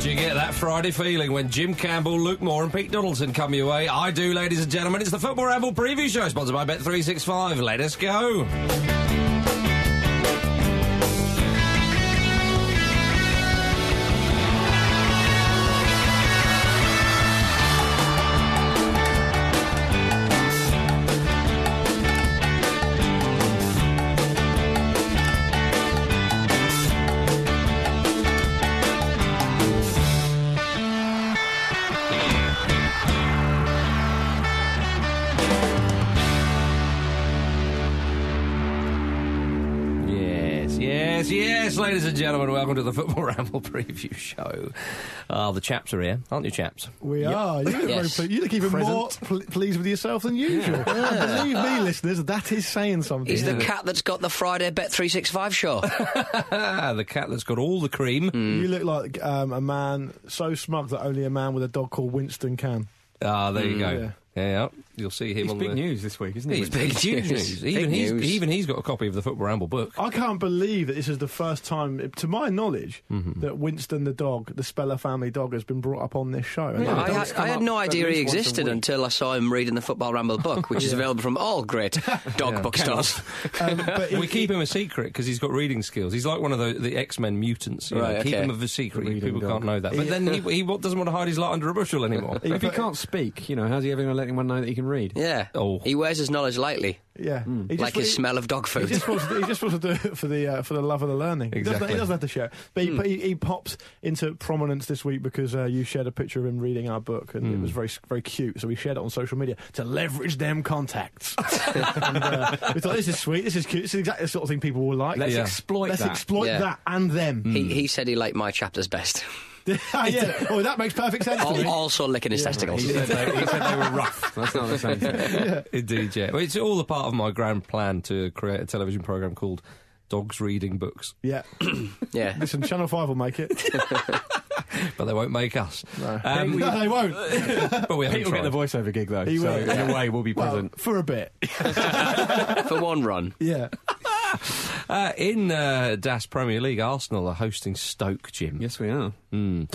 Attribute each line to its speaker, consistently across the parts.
Speaker 1: Do you get that Friday feeling when Jim Campbell, Luke Moore, and Pete Donaldson come your way? I do, ladies and gentlemen. It's the Football Ramble Preview Show, sponsored by Bet365. Let us go. Yes, yes, yes, ladies and gentlemen. Welcome to the Football Ramble Preview Show. Uh, the chaps are here, aren't you, chaps?
Speaker 2: We are. You look,
Speaker 3: Yes.
Speaker 2: very ple- you look even more pl- pleased with yourself than usual. Believe me, listeners, that is saying something.
Speaker 3: He's the cat that's got the Friday Bet three six five show.
Speaker 1: Ah, the cat that's got all the cream.
Speaker 2: You look like um, a man so smug that only a man with a dog called Winston can.
Speaker 1: Ah, there you go.
Speaker 2: yeah.
Speaker 1: Yeah. you'll see him
Speaker 4: It's
Speaker 1: on
Speaker 4: big
Speaker 1: the.
Speaker 4: news this week, isn't it?
Speaker 1: He's big news. Even he's,
Speaker 3: news.
Speaker 1: even he's got a copy of the Football Ramble book.
Speaker 2: I can't believe that this is the first time, to my knowledge, that Winston the dog, the Speller family dog, has been brought up on this show. And that
Speaker 3: I,
Speaker 2: dog's
Speaker 3: had,
Speaker 2: come
Speaker 3: I had
Speaker 2: up
Speaker 3: no
Speaker 2: at
Speaker 3: idea he
Speaker 2: least once a
Speaker 3: existed
Speaker 2: week.
Speaker 3: until I saw him reading the Football Ramble book, which is available from all great dog bookstores.
Speaker 2: Um, but
Speaker 1: We keep him a secret because he's got reading skills. He's like one of the, the X Men mutants. You
Speaker 3: Right,
Speaker 1: know, Keep
Speaker 3: okay.
Speaker 1: him of a secret. People can't know that. But then he, he wa- doesn't want to hide his light under a bushel anymore.
Speaker 4: If he can't speak, you know, how's he ever going to let anyone know that he can read?
Speaker 3: Yeah.
Speaker 1: Oh.
Speaker 3: He wears his knowledge lightly,
Speaker 2: yeah, He just-
Speaker 3: like his
Speaker 2: he-
Speaker 3: smell of dog
Speaker 2: He
Speaker 3: food.
Speaker 2: just, wants to, he just wants to do it for the uh, for the love of the learning. He doesn't-
Speaker 1: Exactly.
Speaker 2: He, doesn't, have to share, it. but he, but he, he pops into prominence this week because uh, you shared a picture of him reading our book, and it was very very cute. So we shared it on social media to leverage them contacts. and, uh, we thought this is sweet, this is cute, this is exactly the sort of thing people will like.
Speaker 4: Let's
Speaker 1: Yeah.
Speaker 4: exploit
Speaker 2: Let's
Speaker 4: that.
Speaker 2: exploit
Speaker 3: Yeah.
Speaker 2: that and them.
Speaker 3: he, he said he liked my chapters best.
Speaker 2: Ah, yeah. Oh, that makes perfect sense. to
Speaker 3: Al-
Speaker 2: me.
Speaker 3: also licking his testicles.
Speaker 4: he, said they, he said they were rough. That's not the same thing.
Speaker 1: Indeed, yeah. Well, it's all a part of my grand plan to create a television program called Dogs Reading Books,
Speaker 2: Yeah.
Speaker 3: Yeah.
Speaker 2: Listen, Channel Five will make it.
Speaker 1: but they won't make us. Um,
Speaker 2: no, they won't.
Speaker 1: but we haven't
Speaker 4: Pete will get
Speaker 1: tried.
Speaker 4: the voiceover gig though,
Speaker 2: He
Speaker 4: so
Speaker 2: will,
Speaker 4: in a way we'll be
Speaker 2: Well,
Speaker 4: present.
Speaker 2: for a bit.
Speaker 3: For one run.
Speaker 2: Yeah.
Speaker 1: Uh, in uh, Das Premier League, Arsenal are hosting Stoke, Jim.
Speaker 4: yes, we are.
Speaker 1: Mm.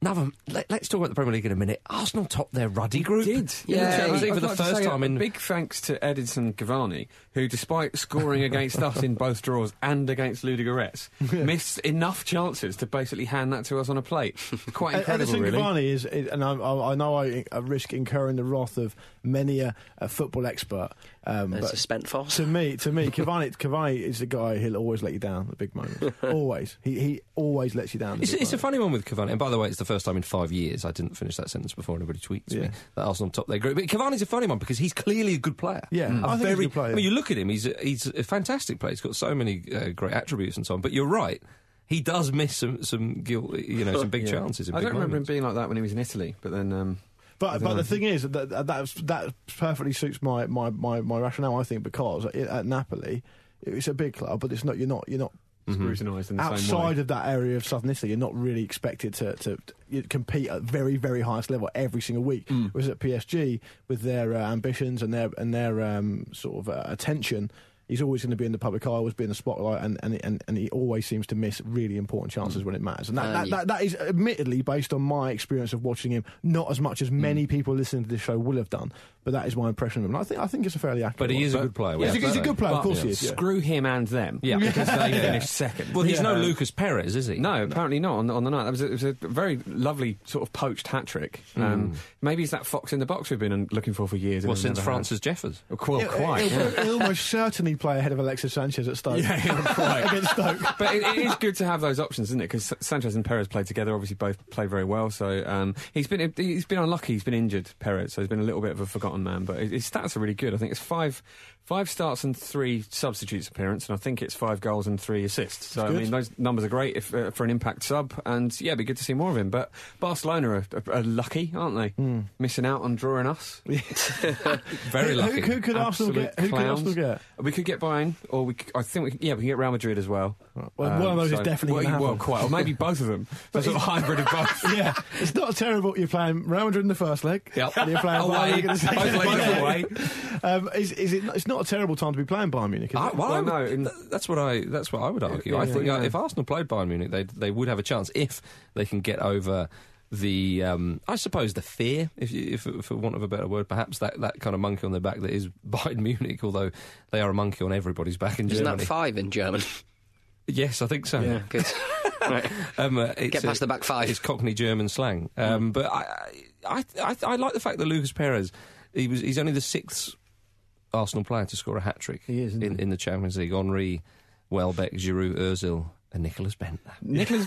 Speaker 1: Another, let, us talk about the Premier League in a minute. Arsenal topped their ruddy group.
Speaker 3: Yeah,
Speaker 1: Champions League
Speaker 4: I'd
Speaker 1: for the
Speaker 4: like to
Speaker 1: first
Speaker 4: say a
Speaker 1: time in
Speaker 4: big thanks to Edinson Cavani, who, despite scoring against us in both draws and against Ludogorets, missed enough chances to basically hand that to us on a plate. Quite
Speaker 2: Ed-
Speaker 4: incredible,
Speaker 2: Edison
Speaker 4: really.
Speaker 2: Cavani is, is- and I, I, I know I, I risk incurring the wrath of many a, a football expert. Um,
Speaker 3: It's
Speaker 2: but
Speaker 3: a spent force.
Speaker 2: to me, to me, Cavani, Cavani is the guy who'll always let you down at big moments. always, he he always lets you down. at
Speaker 1: It's,
Speaker 2: big
Speaker 1: it's a
Speaker 2: moments.
Speaker 1: funny one with Cavani. And by the way, it's the first time in five years. I didn't finish that sentence before anybody tweets
Speaker 2: Yeah.
Speaker 1: me that Arsenal top their group. But Cavani's a funny one because he's clearly a good player.
Speaker 2: Yeah, Mm. I think he's a good player.
Speaker 1: I mean, you look at him, he's a, he's a fantastic player. He's got so many uh, great attributes and so on. But you're right. He does miss some, some guilt, you know, some big
Speaker 4: Yeah.
Speaker 1: chances. In
Speaker 4: I
Speaker 1: big
Speaker 4: don't remember him
Speaker 1: moments.
Speaker 4: being like that when he was in Italy, but then. Um,
Speaker 2: But but
Speaker 1: Mm.
Speaker 2: the thing is that that that's- that perfectly suits my, my, my, my rationale. I think because i at Napoli, it's a big club, but it's not. You're not. You're not.
Speaker 4: Mm-hmm. Scrutinised in the same way.
Speaker 2: Outside of that area of southern Italy, you're not really expected to, to you know, compete at very, very highest level every single week. Whereas at PSG, with their uh, ambitions and their and their um, sort of uh, attention, he's always going to be in the public eye, always be in the spotlight, and and, and, and he always seems to miss really important chances when it matters. And that,
Speaker 3: Uh,
Speaker 2: that,
Speaker 3: yeah.
Speaker 2: that, that is admittedly based on my experience of watching him, not as much as many people listening to this show will have done, but that is my impression of him. And I think I think it's a fairly accurate.
Speaker 1: But he
Speaker 2: one.
Speaker 1: is a good player.
Speaker 2: He's,
Speaker 1: we
Speaker 2: a,
Speaker 1: have
Speaker 2: he's
Speaker 1: to
Speaker 2: a
Speaker 1: say.
Speaker 2: good player, of
Speaker 4: But
Speaker 2: course he is. yeah.
Speaker 4: Screw him and them.
Speaker 1: Yeah.
Speaker 4: Because they finished second.
Speaker 1: Well, he's no
Speaker 4: Yeah.
Speaker 1: Lucas Perez, is he?
Speaker 4: No, apparently not on, on the night. That was a, it was a very lovely sort of poached hat trick. Um,
Speaker 2: Hmm.
Speaker 4: Maybe it's that fox in the box we've been looking for for years. and
Speaker 1: Well,
Speaker 4: we've
Speaker 1: since
Speaker 4: never had.
Speaker 1: Francis Jeffers.
Speaker 4: Well, quite.
Speaker 2: It,
Speaker 4: yeah.
Speaker 2: it- it almost certainly league player ahead of Alexis Sanchez at Stoke.
Speaker 4: Yeah, yeah, right.
Speaker 2: against Stoke.
Speaker 4: But it, it is good to have those options, isn't it? Because Sanchez and Perez played together. Obviously, both played very well. So um, he's been he's been unlucky. He's been injured, Perez. So he's been a little bit of a forgotten man. But his, his stats are really good. I think it's five five starts and three substitutes appearance, and I think it's five goals and three assists. So I
Speaker 2: good.
Speaker 4: mean, those numbers are great if, uh, for an impact sub. And yeah, it'd be good to see more of him. But Barcelona are, are, are lucky, aren't they? Missing out on drawing us.
Speaker 1: Very
Speaker 2: Who-
Speaker 1: lucky.
Speaker 2: Who, who could Arsenal
Speaker 4: Absolute
Speaker 2: get? Who could
Speaker 4: clowns.
Speaker 2: Arsenal get?
Speaker 4: We could get Bayern, or we. Could, I think we. Could, yeah, we can get Real Madrid as well. Um,
Speaker 2: Well, one of those is definitely
Speaker 4: well,
Speaker 2: gonna
Speaker 4: well,
Speaker 2: happen.
Speaker 4: quite, or maybe both of them. So sort of hybrid of both.
Speaker 2: yeah, it's not terrible. You're playing Real Madrid in the first leg.
Speaker 1: Yep.
Speaker 2: And you're playing Bayern
Speaker 1: Away.
Speaker 2: Munich in the second
Speaker 1: Both legs
Speaker 2: leg.
Speaker 1: away.
Speaker 2: Um, is, is it? It's not a terrible time to be playing Bayern Munich. Is
Speaker 1: I,
Speaker 2: it?
Speaker 1: well, I
Speaker 4: Well,
Speaker 1: would-
Speaker 4: no, in-
Speaker 1: th- that's what I that's what I would argue.
Speaker 4: Yeah,
Speaker 1: I think
Speaker 4: yeah.
Speaker 1: uh, if Arsenal played Bayern Munich, they they would have a chance if they can get over the um, I suppose the fear, if, you, if for want of a better word, perhaps that, that kind of monkey on their back that is Bayern Munich. Although they are a monkey on everybody's back in
Speaker 3: Isn't
Speaker 1: Germany.
Speaker 3: that five in German?
Speaker 1: yes, I think so.
Speaker 3: Good. right.
Speaker 1: Um, uh, it's,
Speaker 3: Get past
Speaker 1: uh,
Speaker 3: the back five. Hmm.
Speaker 1: It's Cockney German slang. Um, But I, I, I, I like the fact that Lucas Perez, he was, he's only the sixth Arsenal player to score a hat trick
Speaker 4: He is, isn't
Speaker 1: in,
Speaker 4: he?
Speaker 1: in the Champions League. Henri, Welbeck, Giroud, Özil, and Nicolas Bentner.
Speaker 4: Nicholas,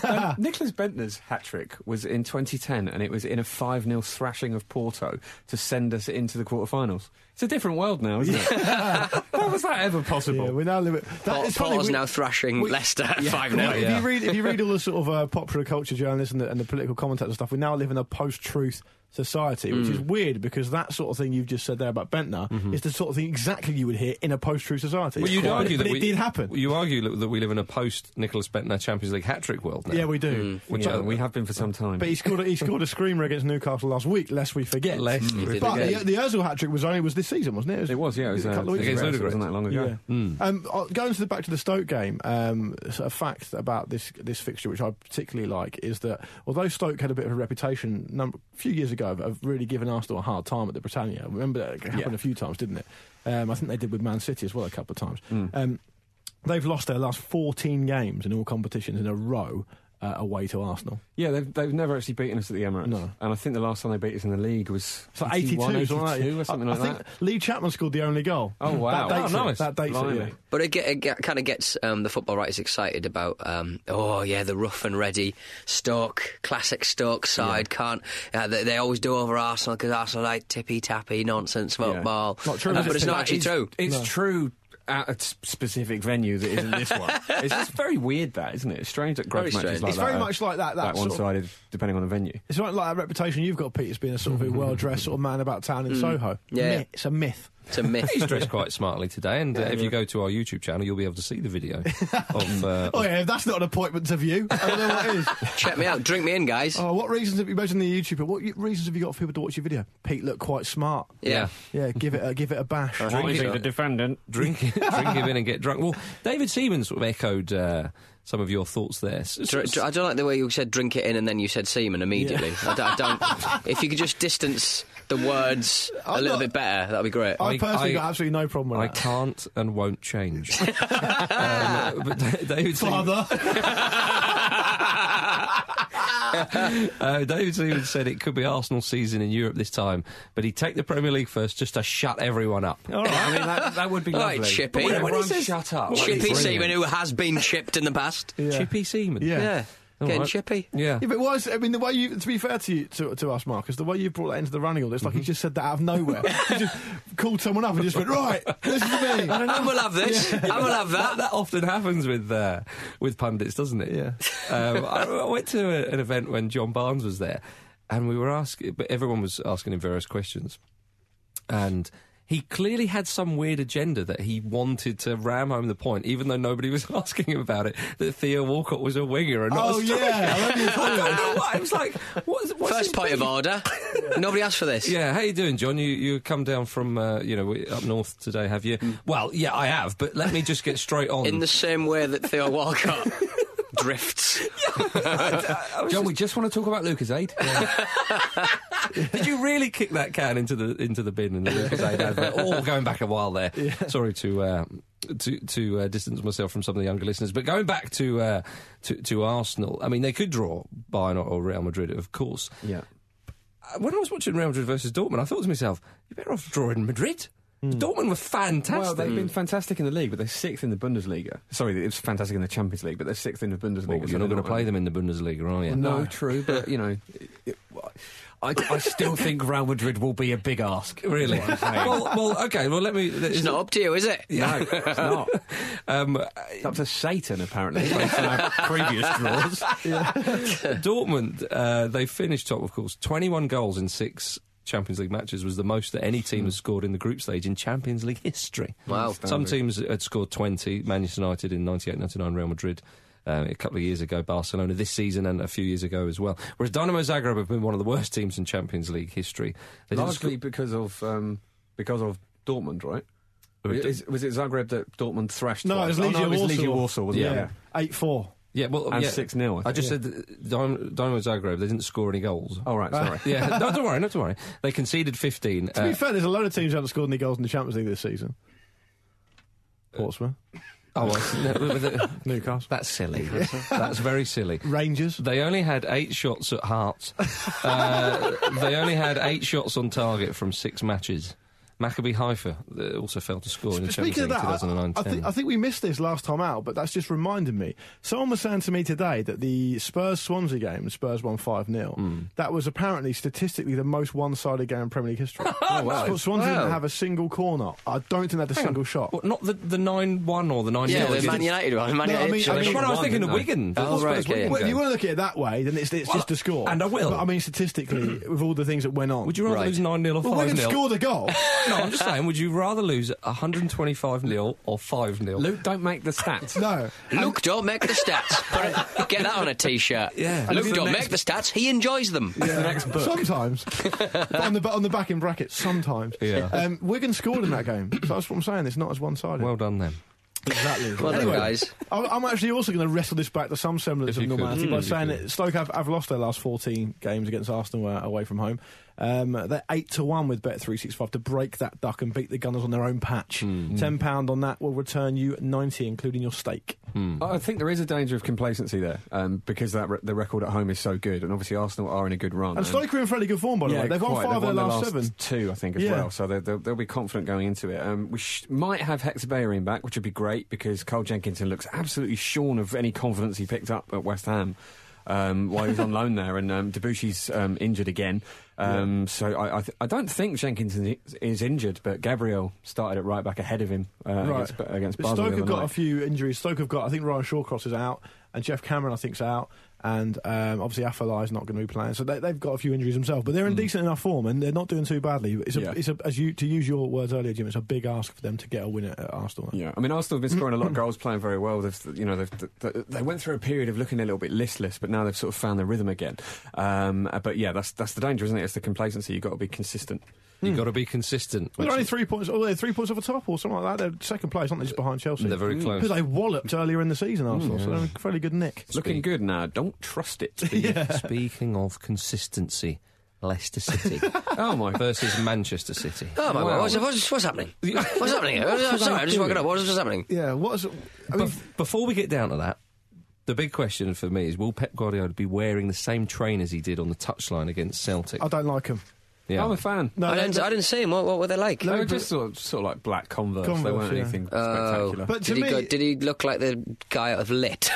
Speaker 4: ben- Nicholas Bentner's hat trick was in 2010, and it was in a 5 0 thrashing of Porto to send us into the quarterfinals. It's a different world now, isn't it? How was that ever possible?
Speaker 2: Yeah, we're now limit. That,
Speaker 3: Port-
Speaker 2: it's funny,
Speaker 3: Porto's
Speaker 2: we-
Speaker 3: now thrashing Leicester at five
Speaker 2: Well,
Speaker 3: now.
Speaker 2: If, you read, if you read all the sort of uh, popular culture journalists and the, and the political commentators and stuff, we now live in a post-truth society, which
Speaker 1: Mm.
Speaker 2: is weird because that sort of thing you've just said there about Bentner is the sort of thing exactly you would hear in a post-truth society.
Speaker 1: Mm-hmm. Well, you'd
Speaker 2: But-
Speaker 1: argue
Speaker 2: but
Speaker 1: that
Speaker 2: it
Speaker 1: we,
Speaker 2: did happen.
Speaker 1: You argue li- that we live in a post Nicolas Bentner Champions League hat trick world now.
Speaker 2: yeah, we do.
Speaker 4: Which
Speaker 1: Yeah.
Speaker 4: uh, we have been for some time.
Speaker 2: But he scored, a, he scored a screamer against Newcastle last week, lest we forget.
Speaker 1: Lest Mm. we
Speaker 2: but
Speaker 1: forget.
Speaker 2: the, the Ozil hat trick was only was this season, wasn't it?
Speaker 4: it was, yeah, it was
Speaker 2: a
Speaker 4: uh,
Speaker 2: couple of weeks
Speaker 1: against
Speaker 2: ago.
Speaker 1: Ludogorets.
Speaker 4: It wasn't that long ago.
Speaker 2: Yeah.
Speaker 1: Hmm.
Speaker 2: Um, uh, going to the back to the Stoke game, um, so a fact about this this fixture which I particularly like is that although Stoke had a bit of a reputation number, a few years ago of, of really giving Arsenal a hard time at the Britannia, remember that happened
Speaker 4: Yeah.
Speaker 2: a few times, didn't it? Um, I think they did with Man City as well a couple of times.
Speaker 4: Mm.
Speaker 2: Um, they've lost their last 14 games in all competitions in a row uh, away to Arsenal.
Speaker 4: Yeah, they've, they've never actually beaten us at the Emirates.
Speaker 2: No.
Speaker 4: And I think the last time they beat us in the league was
Speaker 2: So 82,
Speaker 4: 81, 82
Speaker 2: something like that.
Speaker 4: or something
Speaker 2: I,
Speaker 4: like
Speaker 2: I think
Speaker 4: that.
Speaker 2: Lee Chapman scored the only goal.
Speaker 4: Oh, wow.
Speaker 2: That dates
Speaker 1: Oh,
Speaker 2: it.
Speaker 1: nice.
Speaker 2: That dates it,
Speaker 4: Blimey.
Speaker 2: yeah.
Speaker 3: But it, get, it get, kind of gets um, the football writers excited about, um, oh yeah, the rough and ready Stoke, classic Stoke side. Can't uh, they, they always do over Arsenal because Arsenal are like tippy tappy nonsense football.
Speaker 2: Not true,
Speaker 3: Uh,
Speaker 2: is it?
Speaker 3: but it's not
Speaker 4: That
Speaker 3: actually
Speaker 4: is-
Speaker 3: true.
Speaker 4: It's true at a s- specific venue that isn't this one. it's just very weird, that isn't it? It's strange that grudge
Speaker 3: Very
Speaker 4: matches
Speaker 3: strange.
Speaker 4: like
Speaker 2: It's
Speaker 4: that.
Speaker 2: very
Speaker 4: are
Speaker 2: much like that- that
Speaker 4: That
Speaker 2: sort
Speaker 4: one
Speaker 2: of-
Speaker 4: sided, depending on the venue.
Speaker 2: It's not like that reputation you've got, Pete, as being a sort of well dressed sort of man about town in Soho.
Speaker 3: Yeah.
Speaker 2: Myth- it's a myth.
Speaker 3: It's a myth.
Speaker 1: He's dressed quite smartly today, and uh, if you go to our YouTube channel, you'll be able to see the video of, uh,
Speaker 2: Oh yeah, if that's not an appointment to view, I don't know what is.
Speaker 3: Check me out. Drink me in, guys.
Speaker 2: Oh, what reasons have you mentioned the YouTuber? What y- reasons have you got for people to watch your video? Pete looked quite smart.
Speaker 3: Yeah.
Speaker 2: yeah. Give it, a, give it a bash.
Speaker 4: Uh,
Speaker 3: Drink it.
Speaker 4: the defendant?
Speaker 1: drink drink him in and get drunk. Well, David Seaman sort of echoed uh, some of your thoughts there. S- s-
Speaker 3: Dr- dr- I don't like the way you said drink it in and then you said semen immediately. I d- I don't. If you could just distance the words a
Speaker 2: I'm
Speaker 3: little
Speaker 2: not-
Speaker 3: bit better, that'd be great.
Speaker 2: I,
Speaker 1: I-
Speaker 2: personally
Speaker 1: I-
Speaker 2: got absolutely no problem with
Speaker 1: I
Speaker 2: that.
Speaker 1: can't and won't change. um, but Da- David Seaman,
Speaker 2: Father,
Speaker 1: uh, David Seaman said it could be Arsenal season in Europe this time, but he'd take the Premier League first just to shut everyone up.
Speaker 4: All right. I mean, that, that would be
Speaker 3: All
Speaker 4: lovely.
Speaker 3: right, Chippy.
Speaker 4: But
Speaker 3: When
Speaker 4: everyone
Speaker 3: he says-
Speaker 4: shut up.
Speaker 3: Chippy
Speaker 4: Brilliant.
Speaker 3: Seaman, who has been shipped in the past. Yeah.
Speaker 1: Chippy Seaman.
Speaker 2: Yeah.
Speaker 1: All
Speaker 3: Getting
Speaker 1: right.
Speaker 3: chippy.
Speaker 1: Yeah.
Speaker 2: yeah, but why? Is, I mean, the way you, to be fair to you, to, to us, Marcus, the way you brought that into the running order, it's like you just said that out of nowhere. you just called someone up and just went, right, this is me.
Speaker 3: And we'll have this. And we'll have
Speaker 1: that,
Speaker 3: that.
Speaker 1: that often happens with uh, with pundits, doesn't it? Yeah. Um, I, I went to a, an event when John Barnes was there, and we were asking, but everyone was asking him various questions, and. He clearly had some weird agenda that he wanted to ram home the point, even though nobody was asking him about it. That Theo Walcott was a winger and not
Speaker 2: Oh,
Speaker 1: a striker.
Speaker 2: yeah, I remember you
Speaker 1: I don't know why. It was like, what is, what's
Speaker 3: First
Speaker 1: his
Speaker 3: point of
Speaker 1: beef?
Speaker 3: order. Nobody asked for this.
Speaker 1: Yeah, how you doing, John? You you come down from uh, you know we- up north today, have you? Well, yeah, I have, but let me just get straight on.
Speaker 3: In the same way that Theo Walcott drifts.
Speaker 4: John, we just want to talk about Lucas Aid.
Speaker 1: Did you really kick that can into the into the bin and the Lucas Aid advert? All going back a while there. Sorry to uh, to to uh, distance myself from some of the younger listeners, but going back to uh, to, to Arsenal, I mean they could draw Bayern or- or Real Madrid, of course.
Speaker 4: yeah.
Speaker 1: Uh, When I was watching Real Madrid versus Dortmund, I thought to myself, "You're better off drawing Madrid." Dortmund were fantastic.
Speaker 4: Well, they've been fantastic in the league, but they're sixth in the Bundesliga. Sorry, it's fantastic in the Champions League, but they're sixth in the Bundesliga.
Speaker 1: Well,
Speaker 4: so
Speaker 1: you're not
Speaker 4: they're
Speaker 1: going to play them in the Bundesliga, are you?
Speaker 4: No, true, but you know, it- it- I, I still think Real Madrid will be a big ask.
Speaker 1: Really? well, well, okay. Well, let me.
Speaker 3: It's not up to you, is it?
Speaker 4: No, it's not.
Speaker 1: Um,
Speaker 4: It's up to Satan, apparently. based on our previous draws.
Speaker 1: Dortmund, uh, they finished top, of course. 21 goals in six Champions League matches was the most that any team has scored in the group stage in Champions League history.
Speaker 3: Wow.
Speaker 1: Some teams had scored 20, Manchester United in 98 99, Real Madrid. Uh, a couple of years ago, Barcelona this season and a few years ago as well. Whereas Dynamo Zagreb have been one of the worst teams in Champions League history. They didn't
Speaker 4: Largely
Speaker 1: score-
Speaker 4: because of um, because of Dortmund, right?
Speaker 1: But it-
Speaker 4: Is- was it Zagreb that Dortmund thrashed?
Speaker 2: No, it was
Speaker 4: twice? Oh,
Speaker 2: Legia
Speaker 4: it was
Speaker 2: Warsaw.
Speaker 4: Legia Warsaw, wasn't it?
Speaker 2: yeah, eight four.
Speaker 1: yeah, well,
Speaker 4: And
Speaker 1: yeah.
Speaker 4: 6 0.
Speaker 1: I just said that Dynamo Dynamo Zagreb. They didn't score any goals.
Speaker 4: Oh, right, sorry.
Speaker 1: yeah, no, don't worry, not to worry. They conceded 15.
Speaker 2: To
Speaker 1: uh,
Speaker 2: be fair, there's a load of teams who haven't scored any goals in the Champions League this season.
Speaker 1: Uh,
Speaker 2: Portsmouth,
Speaker 1: oh, I see. No, but the-
Speaker 2: Newcastle,
Speaker 1: that's silly. That's very silly.
Speaker 2: Rangers.
Speaker 1: They only had eight shots at Hearts. Uh, they only had eight shots on target from six matches. Maccabi Haifa uh, also failed to score in the Champions
Speaker 2: Speaking
Speaker 1: League
Speaker 2: of that, I,
Speaker 1: 2009
Speaker 2: I, think, I think we missed this last time out, but that's just reminded me. Someone was saying to me today that the Spurs Swansea game, Spurs won 5
Speaker 1: Hmm.
Speaker 2: 0, that was apparently statistically the most one sided game in Premier League history. oh,
Speaker 1: wow.
Speaker 2: Swansea
Speaker 3: Wow.
Speaker 2: didn't have a single corner. I don't think they had a single shot.
Speaker 1: What, not the, the 9 1 or the 9
Speaker 3: Yeah,
Speaker 1: 0.
Speaker 3: the Man United one. Man
Speaker 2: No, I
Speaker 3: United
Speaker 2: mean-
Speaker 3: shot.
Speaker 2: I mean-
Speaker 1: I was
Speaker 4: won,
Speaker 1: thinking of
Speaker 4: didn't they?
Speaker 1: Wigan.
Speaker 3: Oh,
Speaker 1: Spurs-
Speaker 3: right, okay,
Speaker 1: Wigan
Speaker 2: Well, if
Speaker 1: game.
Speaker 2: you want to look at it that way, then it's, it's just a score.
Speaker 1: and I will.
Speaker 2: But I mean, statistically, with all the things that went on.
Speaker 1: Would you rather
Speaker 3: Right.
Speaker 1: lose 9 0 or 5
Speaker 2: well, Wigan
Speaker 1: 0?
Speaker 2: scored a goal.
Speaker 1: No, I'm just saying, would you rather lose 125 0 or 5 0?
Speaker 4: Luke, don't make the stats.
Speaker 2: no.
Speaker 3: Luke, don't make the stats. Put it- Get that on a t-shirt.
Speaker 1: Yeah.
Speaker 3: Luke,
Speaker 1: And
Speaker 3: don't
Speaker 1: the
Speaker 3: make the stats. He enjoys them.
Speaker 2: the next book. Sometimes. But on the on the back in brackets, sometimes.
Speaker 1: Yeah.
Speaker 2: Um, Wigan scored in that game. So that's what I'm saying. It's not as one sided.
Speaker 1: Well done, then.
Speaker 2: exactly.
Speaker 3: Well done, guys.
Speaker 2: I'm, I'm actually also going to wrestle this back to some semblance
Speaker 1: If
Speaker 2: of
Speaker 1: you could.
Speaker 2: normality
Speaker 1: Mm.
Speaker 2: by
Speaker 1: If you
Speaker 2: saying
Speaker 1: could.
Speaker 2: that Stoke have, have lost their last 14 games against Arsenal uh, away from home. Um, they're eight to one with Bet365 to break that duck and beat the Gunners on their own patch. Ten pound on that will return you 90, including your stake.
Speaker 4: I I think there is a danger of complacency there um, because that re- the record at home is so good, and obviously Arsenal are in a good run.
Speaker 2: And Stoke are in fairly good form, by the
Speaker 4: Yeah,
Speaker 2: way. They've won
Speaker 4: quite.
Speaker 2: five of
Speaker 4: They've
Speaker 2: their
Speaker 4: won
Speaker 2: last seven.
Speaker 4: two, I think, as
Speaker 2: Yeah.
Speaker 4: well. So they're, they'll, they'll be confident going into it. Um, we sh- might have Hector Bellerin back, which would be great because Cole Jenkinson looks absolutely shorn of any confidence he picked up at West Ham. Um, while he was on loan there, and um, Debussy's um, injured again, um, so I I, th- I don't think Jenkinson i- is injured, but Gabriel started at right back ahead of him uh, against, against
Speaker 2: But Stoke
Speaker 4: Basel. the
Speaker 2: have
Speaker 4: other
Speaker 2: got
Speaker 4: night.
Speaker 2: a few injuries. Stoke have got, I think Ryan Shawcross is out, and Jeff Cameron, I think, is out. And um, obviously, Afalai is not going to be playing. So they, they've got a few injuries themselves, but they're in decent enough form and they're not doing too badly. It's a,
Speaker 4: Mm. Yeah.
Speaker 2: it's a, as you, to use your words earlier, Jim, it's a big ask for them to get a win at, at Arsenal.
Speaker 4: Yeah, I mean, Arsenal have been scoring a lot of goals, playing very well. They've, you know, they've, they, they went through a period of looking a little bit listless, but now they've sort of found their rhythm again. Um, uh, but yeah, that's that's the danger, isn't it? It's the complacency. You've got to be consistent.
Speaker 1: You've got to be consistent.
Speaker 2: Well, they're Hmm. only three points. Oh, they're three points off the top, or something like that. They're second place, aren't they? Just behind Chelsea.
Speaker 1: They're very close.
Speaker 2: Who they walloped earlier in the season, Arsenal.
Speaker 4: Mm.
Speaker 2: So they're in a fairly good nick.
Speaker 4: Looking good now. Don't trust it.
Speaker 1: Speaking of consistency, Leicester City
Speaker 4: oh my.
Speaker 1: versus Manchester City.
Speaker 3: Oh my
Speaker 1: Wow.
Speaker 3: god! What's, what's, what's happening? What's happening? here? I'm sorry, I'm just woken up. What's, what's happening?
Speaker 2: Yeah, what's? I mean,
Speaker 1: Bef- before we get down to that, the big question for me is: Will Pep Guardiola be wearing the same trainers he did on the touchline against Celtic?
Speaker 2: I don't like them.
Speaker 1: yeah.
Speaker 4: I'm a fan.
Speaker 2: No,
Speaker 3: I
Speaker 2: they-
Speaker 3: didn't. I didn't see him. What, what were they like?
Speaker 4: they were just sort of, sort of like black Converse. they
Speaker 2: Converse,
Speaker 4: weren't
Speaker 2: yeah.
Speaker 4: anything
Speaker 3: Oh,
Speaker 4: spectacular.
Speaker 2: But to
Speaker 3: did he
Speaker 2: me-
Speaker 3: go, did he look like the guy out of Lit?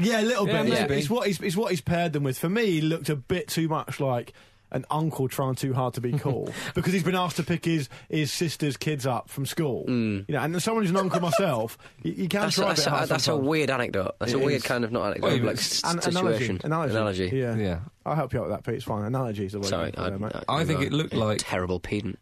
Speaker 2: Yeah, a little
Speaker 4: Yeah,
Speaker 2: bit. It's-
Speaker 4: maybe.
Speaker 2: It's what he's it's what he's paired them with. For me, he looked a bit too much like an uncle trying too hard to be cool because he's been asked to pick his his sister's kids up from school. You know, and as someone who's an uncle myself, you, you can
Speaker 3: That's,
Speaker 2: try
Speaker 3: that's,
Speaker 2: a bit
Speaker 3: a,
Speaker 2: hard
Speaker 3: that's a
Speaker 2: sometimes.
Speaker 3: weird anecdote. That's a
Speaker 2: It
Speaker 3: weird
Speaker 2: is.
Speaker 3: kind of not anecdote,
Speaker 1: Well,
Speaker 3: like
Speaker 1: it's
Speaker 3: s-
Speaker 2: An-
Speaker 3: situation.
Speaker 2: analogy, analogy, Yeah,
Speaker 1: Yeah.
Speaker 2: I'll help you out with that, Pete. It's fine. Analogy is the way.
Speaker 3: Sorry,
Speaker 2: I, mate.
Speaker 3: I,
Speaker 1: I think it looked like-
Speaker 3: terrible pedant.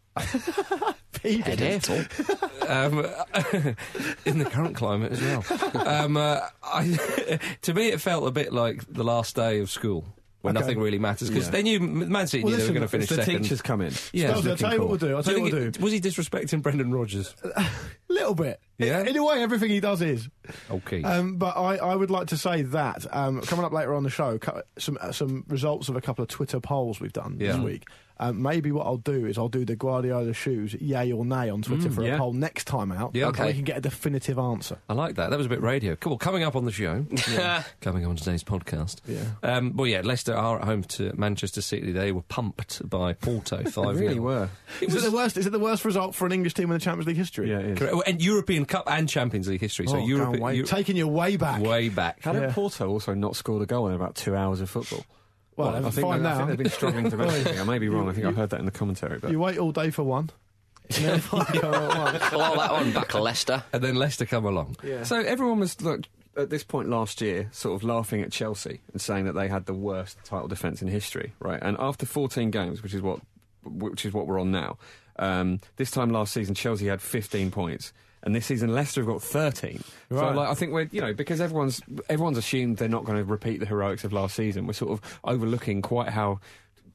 Speaker 2: He did it.
Speaker 1: um, in the current climate as well. Um, uh, I, to me, it felt a bit like the last day of school, where
Speaker 2: Okay.
Speaker 1: nothing really matters because they knew Man City
Speaker 2: Well,
Speaker 1: knew they
Speaker 2: listen,
Speaker 1: were going to finish
Speaker 4: It's the
Speaker 1: second.
Speaker 4: teachers come in.
Speaker 1: Yeah.
Speaker 2: I'll tell you what we'll do. I'll
Speaker 1: Do
Speaker 2: tell
Speaker 1: you
Speaker 2: you what
Speaker 1: think
Speaker 2: we'll
Speaker 1: it-
Speaker 2: do. Uh,
Speaker 1: was he disrespecting Brendan Rodgers?
Speaker 2: little bit.
Speaker 1: Yeah?
Speaker 2: In a way, everything he does is.
Speaker 1: Okay.
Speaker 2: Um, but I, I would like to say that um, coming up later on the show, co- some uh, some results of a couple of Twitter polls we've done this
Speaker 1: Yeah.
Speaker 2: week. Um, maybe what I'll do is I'll do the Guardiola shoes, yay or nay, on Twitter for
Speaker 4: yeah.
Speaker 2: a poll next time out.
Speaker 1: Yeah.
Speaker 2: and
Speaker 3: Okay.
Speaker 2: we can get a definitive answer.
Speaker 1: I like that. That was a bit radio. Cool. Coming up on the show, coming on today's podcast.
Speaker 2: Yeah.
Speaker 1: Um, well, yeah, Leicester are at home to Manchester City. They were pumped by Porto
Speaker 4: They
Speaker 1: five.
Speaker 4: really were.
Speaker 2: Is it the worst? Is it the worst result for an English team in the Champions League history?
Speaker 4: Yeah, it is.
Speaker 1: Correct. Well, Oh, And European Cup and Champions League history. so
Speaker 2: Oh,
Speaker 1: Europe,
Speaker 2: going way-
Speaker 1: Eu-
Speaker 2: taking you way back.
Speaker 1: way back.
Speaker 4: How did
Speaker 2: Yeah.
Speaker 4: Porto also not scored a goal in about two hours of football?
Speaker 2: Well,
Speaker 4: I, think
Speaker 2: find
Speaker 4: they, I
Speaker 2: out.
Speaker 4: think they've been struggling domestically. I may be wrong. I think I heard that in the commentary. But
Speaker 2: You wait all day for one. It's never quite come at once.
Speaker 3: Claw that one back, Leicester.
Speaker 1: And then Leicester come along.
Speaker 4: So everyone was like, at this point last year, sort of laughing at Chelsea and saying that they had the worst title defence in history, right? And after 14 games, which is what which is what we're on now, um, this time last season Chelsea had 15 points. And this season, Leicester have got 13. So,
Speaker 2: Right.
Speaker 4: like, I think we're, you know, because everyone's everyone's assumed they're not going to repeat the heroics of last season. We're sort of overlooking quite how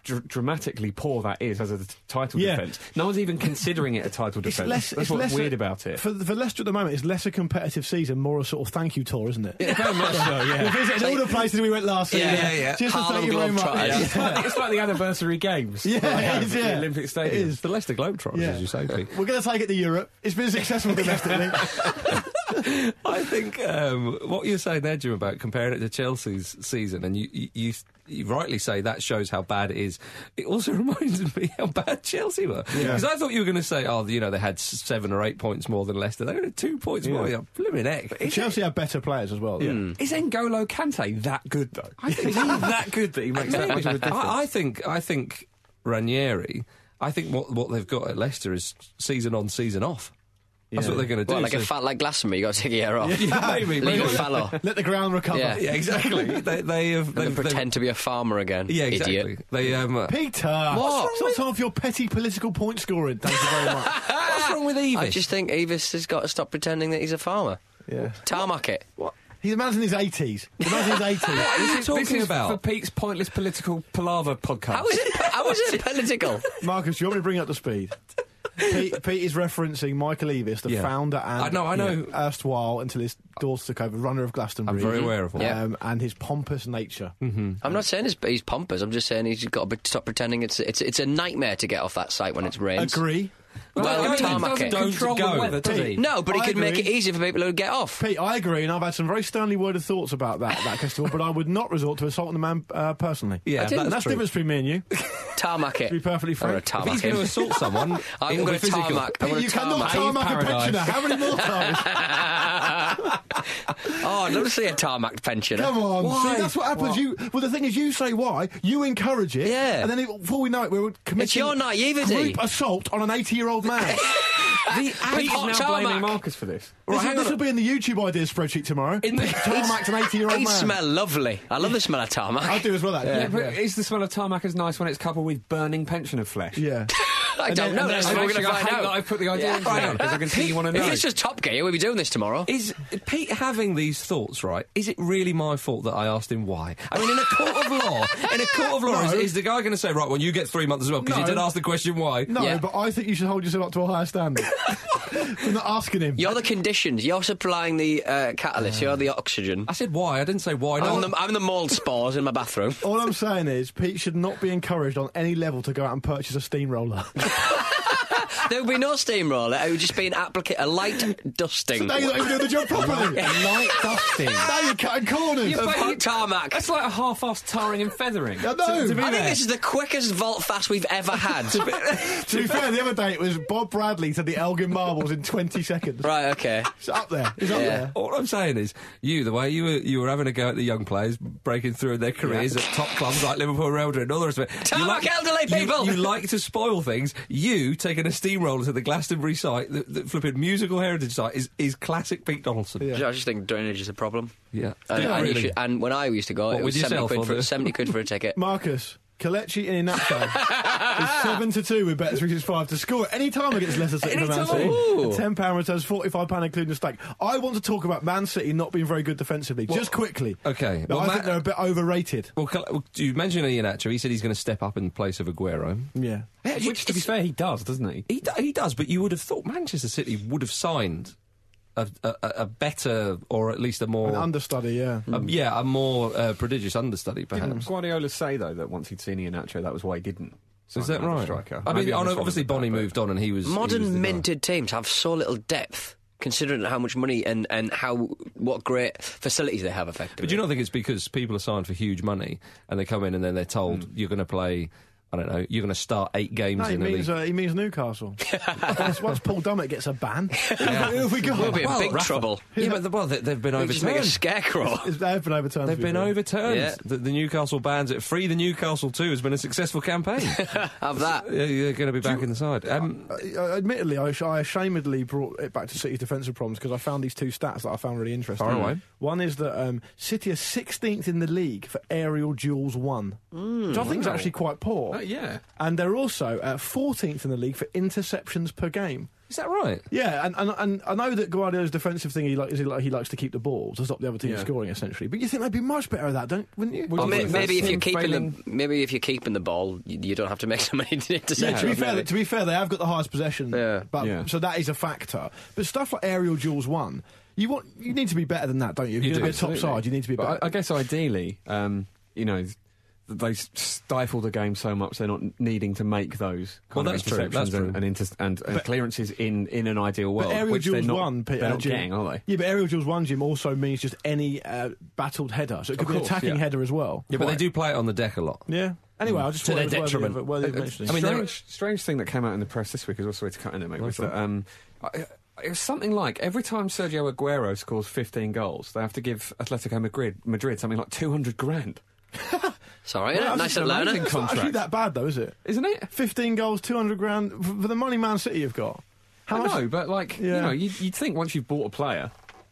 Speaker 4: dr- dramatically poor that is as a t- title
Speaker 2: Yeah.
Speaker 4: defence. No one's even considering it a title
Speaker 2: It's
Speaker 4: defence.
Speaker 2: less,
Speaker 4: That's
Speaker 2: it's
Speaker 4: what's
Speaker 2: less
Speaker 4: weird about it.
Speaker 2: For, for Leicester at the moment, it's less a competitive season, more a sort of thank you tour, isn't it?
Speaker 4: Very much so, yeah.
Speaker 2: We've visited all the places we went last season.
Speaker 3: yeah, yeah.
Speaker 2: Just to
Speaker 3: Harlem
Speaker 2: thank you very much.
Speaker 3: Globetrotters.
Speaker 2: Yeah.
Speaker 4: It's like, it's like the anniversary games.
Speaker 2: Yeah,
Speaker 4: Like,
Speaker 2: it
Speaker 4: at
Speaker 2: is,
Speaker 4: the
Speaker 2: yeah.
Speaker 4: Olympic
Speaker 2: It
Speaker 4: Stadium.
Speaker 2: is.
Speaker 1: It's the Leicester Globetrotters,
Speaker 2: Yeah.
Speaker 1: as you say, Pete.
Speaker 2: We're going to take it to Europe. It's been successful domestically.
Speaker 1: I think um, what you're saying there, Jim, about comparing it to Chelsea's season, and you, you, you, you rightly say that shows how bad it is. It also reminds me how bad Chelsea were. Because I thought you were going to say, oh, you know, they had s- seven or eight points more than Leicester. They only had two points more. Yeah, blooming heck.
Speaker 2: Chelsea have better players as well. Mm. Yeah.
Speaker 4: Is N'Golo Kante that good, though? I think he's that good that he makes that much of a difference.
Speaker 1: I, I think I think Ranieri. I think what what they've got at Leicester is season on, season off. That's what they're going to do.
Speaker 3: Well, like a
Speaker 1: so-
Speaker 3: fat like Glastonbury, you got to take a year off.
Speaker 1: yeah, maybe,
Speaker 3: Leave
Speaker 1: maybe.
Speaker 3: it fallow.
Speaker 2: Let the ground recover.
Speaker 3: Yeah.
Speaker 1: Yeah, exactly. they, they have
Speaker 3: And then
Speaker 1: they've,
Speaker 3: pretend to be a farmer again.
Speaker 1: They've, yeah, exactly.
Speaker 3: Idiot.
Speaker 1: They um. uh,
Speaker 2: Peter,
Speaker 1: What?
Speaker 2: Stop some of your petty political point scoring. Thank you very much.
Speaker 1: What's wrong with Evis?
Speaker 3: I just think Evis has got to stop pretending that he's a farmer.
Speaker 2: Yeah.
Speaker 3: Tarmac it.
Speaker 2: He's a man's in his eighties. The man's in his eighties.
Speaker 1: What are you talking
Speaker 4: this is
Speaker 1: about?
Speaker 4: for Pete's pointless political palaver podcast.
Speaker 3: How is it? How is it political?
Speaker 2: Marcus, do you want me to bring you up to speed? Pete, Pete is referencing Michael Eavis, the
Speaker 1: Yeah.
Speaker 2: founder and
Speaker 1: I know, I know.
Speaker 2: erstwhile until his daughter took over, runner of Glastonbury.
Speaker 1: I'm very aware of Mm-hmm. all
Speaker 3: Yeah.
Speaker 2: um, and his pompous nature.
Speaker 1: Mm.
Speaker 3: I'm not saying he's, he's pompous. I'm just saying he's got to stop pretending it's it's it's a nightmare to get off that site when it rains.
Speaker 2: Agree,
Speaker 3: Well,
Speaker 4: Well,
Speaker 3: tarmac
Speaker 4: doesn't
Speaker 3: it.
Speaker 1: Don't
Speaker 4: control
Speaker 1: go.
Speaker 4: the weather, does he?
Speaker 3: No, but he
Speaker 2: I
Speaker 3: could make it
Speaker 2: agree.
Speaker 3: easier for people who get off.
Speaker 2: Pete. I agree, and I've had some very sternly worded thoughts about that that festival. but I would not resort to assaulting the man uh, personally.
Speaker 1: Yeah, I didn't.
Speaker 2: that's,
Speaker 1: that's
Speaker 2: the
Speaker 1: true.
Speaker 2: difference between me and you.
Speaker 3: Tarmac it.
Speaker 2: To be perfectly
Speaker 3: I'm
Speaker 2: frank,
Speaker 3: gonna
Speaker 1: if he's
Speaker 3: tarmac
Speaker 1: going to
Speaker 3: it.
Speaker 1: assault someone,
Speaker 3: I'm
Speaker 1: it'll
Speaker 3: going
Speaker 1: be
Speaker 3: to
Speaker 1: physical.
Speaker 3: tarmac. I'm
Speaker 2: Pete,
Speaker 3: going
Speaker 2: you
Speaker 3: to
Speaker 2: cannot
Speaker 3: tarmac.
Speaker 2: tarmac a
Speaker 1: Paradise.
Speaker 2: pensioner. How many more times?
Speaker 3: Oh, I'd love to see a tarmac pensioner.
Speaker 2: Come on,
Speaker 1: Why?
Speaker 2: See, that's what happens. You well, the thing is, you say why, you encourage it,
Speaker 3: Yeah.
Speaker 2: and then it, before we know it, we're committing
Speaker 3: It's your naivety.
Speaker 2: group assault on an eighty-year-old man.
Speaker 1: The
Speaker 3: Pete
Speaker 4: He's
Speaker 3: on
Speaker 4: now
Speaker 3: tarmac.
Speaker 4: blaming Marcus for this.
Speaker 2: this,
Speaker 1: hang
Speaker 2: this
Speaker 1: on.
Speaker 2: will be in the YouTube ideas spreadsheet tomorrow.
Speaker 1: In the-
Speaker 2: Tarmac's an eighty-year-old
Speaker 3: They
Speaker 2: man.
Speaker 3: smell lovely. I love the smell of tarmac.
Speaker 2: I'll do as well. That
Speaker 4: Yeah,
Speaker 2: yeah,
Speaker 4: but
Speaker 2: yeah.
Speaker 4: is the smell of tarmac as nice when it's coupled with burning pensioner flesh?
Speaker 2: Yeah.
Speaker 3: I
Speaker 2: And
Speaker 3: don't
Speaker 2: then-
Speaker 3: know.
Speaker 2: and
Speaker 3: That's
Speaker 2: then-
Speaker 3: what we're
Speaker 4: Actually,
Speaker 3: going to
Speaker 4: I
Speaker 3: find
Speaker 4: hate
Speaker 3: out.
Speaker 4: that I've put the idea in there, 'cause I can see you wanna know.
Speaker 3: If it's just Top Gear, we'll be doing this tomorrow.
Speaker 1: Is Pete having these thoughts, right? Is it really my fault that I asked him why? I mean, in a court of law, in a court of law, is, is the guy going to say, right, well, you get three months as well because you
Speaker 2: No.
Speaker 1: did ask the question why?
Speaker 2: No,
Speaker 3: Yeah.
Speaker 2: but I think you should hold yourself up to a higher standard. You're not asking him.
Speaker 3: You're the conditions. You're supplying the uh, catalyst. You're the oxygen.
Speaker 1: I said why. I didn't say why. No,
Speaker 3: I'm the, I'm the mold spores in my bathroom.
Speaker 2: All I'm saying is, Pete should not be encouraged on any level to go out and purchase a steamroller.
Speaker 3: there would be no steamroller. It would just be an applica- a light dusting
Speaker 2: now you're not even doing the job properly.
Speaker 5: Light dusting.
Speaker 2: now you're cutting corners.
Speaker 3: of hot tarmac.
Speaker 4: That's like a half-assed tarring and feathering.
Speaker 2: I know.
Speaker 3: I think this is the quickest vault fast we've ever had.
Speaker 2: To be fair, the other day it was Bob Bradley to the Elgin Marbles in 20 seconds.
Speaker 3: right, okay.
Speaker 2: It's up there. It's up
Speaker 3: Yeah.
Speaker 2: there.
Speaker 1: All I'm saying is, you, the way you were, you were having a go at the young players breaking through in their careers at top clubs like Liverpool, Real Madrid, and all the rest of it. You
Speaker 3: Tarmac elderly
Speaker 1: you-
Speaker 3: people!
Speaker 1: You, like to spoil things. You taking a steamroller to the Glastonbury site, the, the flipping musical heritage site, is, is classic Pete Donaldson.
Speaker 2: Yeah.
Speaker 3: I just think drainage is a problem.
Speaker 1: Yeah.
Speaker 3: And, and, you
Speaker 1: Really?
Speaker 3: should, and when I used to go,
Speaker 1: What,
Speaker 3: it was
Speaker 1: with
Speaker 3: 70
Speaker 1: yourself
Speaker 3: quid,
Speaker 1: or
Speaker 3: for,
Speaker 1: the-
Speaker 3: 70 quid for a ticket.
Speaker 2: Marcus, Kalechi in Inacho is 7 to 2 with Bet 365 to score at any time against Leicester City
Speaker 3: Any
Speaker 2: for Man
Speaker 3: time.
Speaker 2: City.
Speaker 3: Ooh.
Speaker 2: A £10 returns, £45 including the stake. I want to talk about Man City not being very good defensively, just quickly.
Speaker 1: okay.
Speaker 2: Now,
Speaker 1: Well,
Speaker 2: I
Speaker 1: Ma-
Speaker 2: think they're a bit overrated.
Speaker 1: Well, Cal- well, you mentioned Ianacho. He said he's going to step up in place of Aguero.
Speaker 2: Yeah.
Speaker 4: Which, to be fair, he does, doesn't he?
Speaker 1: He, do- he does, but you would have thought Manchester City would have signed a, a, a- a better or at least a more.
Speaker 2: An understudy, yeah.
Speaker 1: um, yeah, a more uh, prodigious understudy,
Speaker 4: Didn't
Speaker 1: perhaps.
Speaker 4: Guardiola say though that once he'd seen Iheanacho, that was why he didn't signing
Speaker 1: Is that
Speaker 4: another
Speaker 1: right?
Speaker 4: Striker.
Speaker 1: I
Speaker 4: Maybe
Speaker 1: mean,
Speaker 4: I'm
Speaker 1: I know,
Speaker 4: just wrong
Speaker 1: obviously
Speaker 4: about that,
Speaker 1: Bonnie
Speaker 4: but-
Speaker 1: moved on, and he was he was the guy.
Speaker 3: Modern minted teams have so little depth, considering how much money and, and how what great facilities they have. Effectively,
Speaker 1: But do you not think it's because people are signed for huge money and they come in and then they're told
Speaker 4: Hmm.
Speaker 1: you're going to play? I don't know. You're going to start eight games
Speaker 2: No, he
Speaker 1: in the
Speaker 2: means,
Speaker 1: league.
Speaker 2: uh, he means Newcastle. once, once Paul Dummett gets a ban, who have we got?
Speaker 3: We'll be in
Speaker 2: Well,
Speaker 3: big trouble.
Speaker 1: yeah, but the, well, they, they've been
Speaker 3: We just make a
Speaker 1: overturned.
Speaker 3: scarecrow.
Speaker 2: it's- they've been overturned.
Speaker 1: They've been
Speaker 2: before.
Speaker 1: overturned.
Speaker 3: Yeah.
Speaker 1: The, the Newcastle bans at free. The Newcastle two has been a successful campaign.
Speaker 3: have that.
Speaker 1: Yeah, You're going to be back in the side. Um,
Speaker 2: Uh, admittedly, I, sh- I ashamedly brought it back to City's defensive problems because I found these two stats that I found really interesting.
Speaker 1: Fire away.
Speaker 2: One is that um, City are 16th in the league for aerial duels won, which I think is actually quite poor.
Speaker 4: Oh, yeah.
Speaker 2: And they're also uh, 14th in the league for interceptions per game.
Speaker 1: is that right?
Speaker 2: Yeah, and, and, and I know that Guardiola's defensive thing he like, is he, like, he likes to keep the ball to stop the other team
Speaker 4: Yeah.
Speaker 2: scoring essentially. But you think they'd be much better at that, don't? Wouldn't you?
Speaker 3: Or
Speaker 4: you
Speaker 3: may,
Speaker 4: think
Speaker 3: maybe if
Speaker 4: that's
Speaker 3: you're
Speaker 4: him
Speaker 3: keeping the
Speaker 4: failing?
Speaker 3: maybe if you're keeping the ball, you, you don't have to make so many interceptions.
Speaker 2: Yeah, to be fair,
Speaker 3: maybe.
Speaker 2: to be fair, they have got the highest possession.
Speaker 3: Yeah.
Speaker 2: but
Speaker 4: Yeah.
Speaker 2: so that is a factor. But stuff like aerial duels one, you want you need to be better than that, don't you? If
Speaker 1: You
Speaker 2: You're
Speaker 1: do,
Speaker 2: going to be a top
Speaker 4: Absolutely.
Speaker 2: side. You need to be
Speaker 4: But
Speaker 2: better.
Speaker 4: I, I guess ideally, um, you know, th- they s- stifle the game so much they're not needing to make those
Speaker 1: Well,
Speaker 4: kind of
Speaker 1: that's true,
Speaker 4: interceptions
Speaker 1: that's true.
Speaker 4: and, and, inter- and, and clearances in, in an ideal world,
Speaker 2: but aerial
Speaker 4: which they're
Speaker 2: duels
Speaker 4: not,
Speaker 2: one, Peter,
Speaker 4: they're not
Speaker 2: Jim-
Speaker 4: getting, are they?
Speaker 2: Yeah, but aerial duels one, Jim, also means just any uh, battled header, so it could
Speaker 4: Of
Speaker 2: be an
Speaker 4: course,
Speaker 2: attacking
Speaker 4: yeah.
Speaker 2: header as well.
Speaker 1: Yeah, but they do play it on the deck a lot.
Speaker 2: Yeah. Anyway, I just
Speaker 1: To
Speaker 2: thought
Speaker 1: their
Speaker 2: it was worthy of-
Speaker 1: detriment.
Speaker 2: worthy of
Speaker 1: Uh, uh,
Speaker 2: mentioning.
Speaker 1: I mean, there-
Speaker 4: strange, strange thing that came out in the press this week is also way to cut in it, mate. was that, um, I- it was something like every time Sergio Aguero scores 15 goals, they have to give Atletico Madrid, Madrid something like 200 grand,
Speaker 3: Sorry,
Speaker 2: Well, that's
Speaker 3: nice
Speaker 2: an
Speaker 3: little learner.
Speaker 2: amazing contract. It's not actually that bad though, is it?
Speaker 4: isn't it?
Speaker 2: 15 goals, 200 grand f- for the money Man City have got. How
Speaker 4: I
Speaker 2: much?
Speaker 4: know, but like
Speaker 2: Yeah.
Speaker 4: you know, you'd, you'd think once you've bought a player,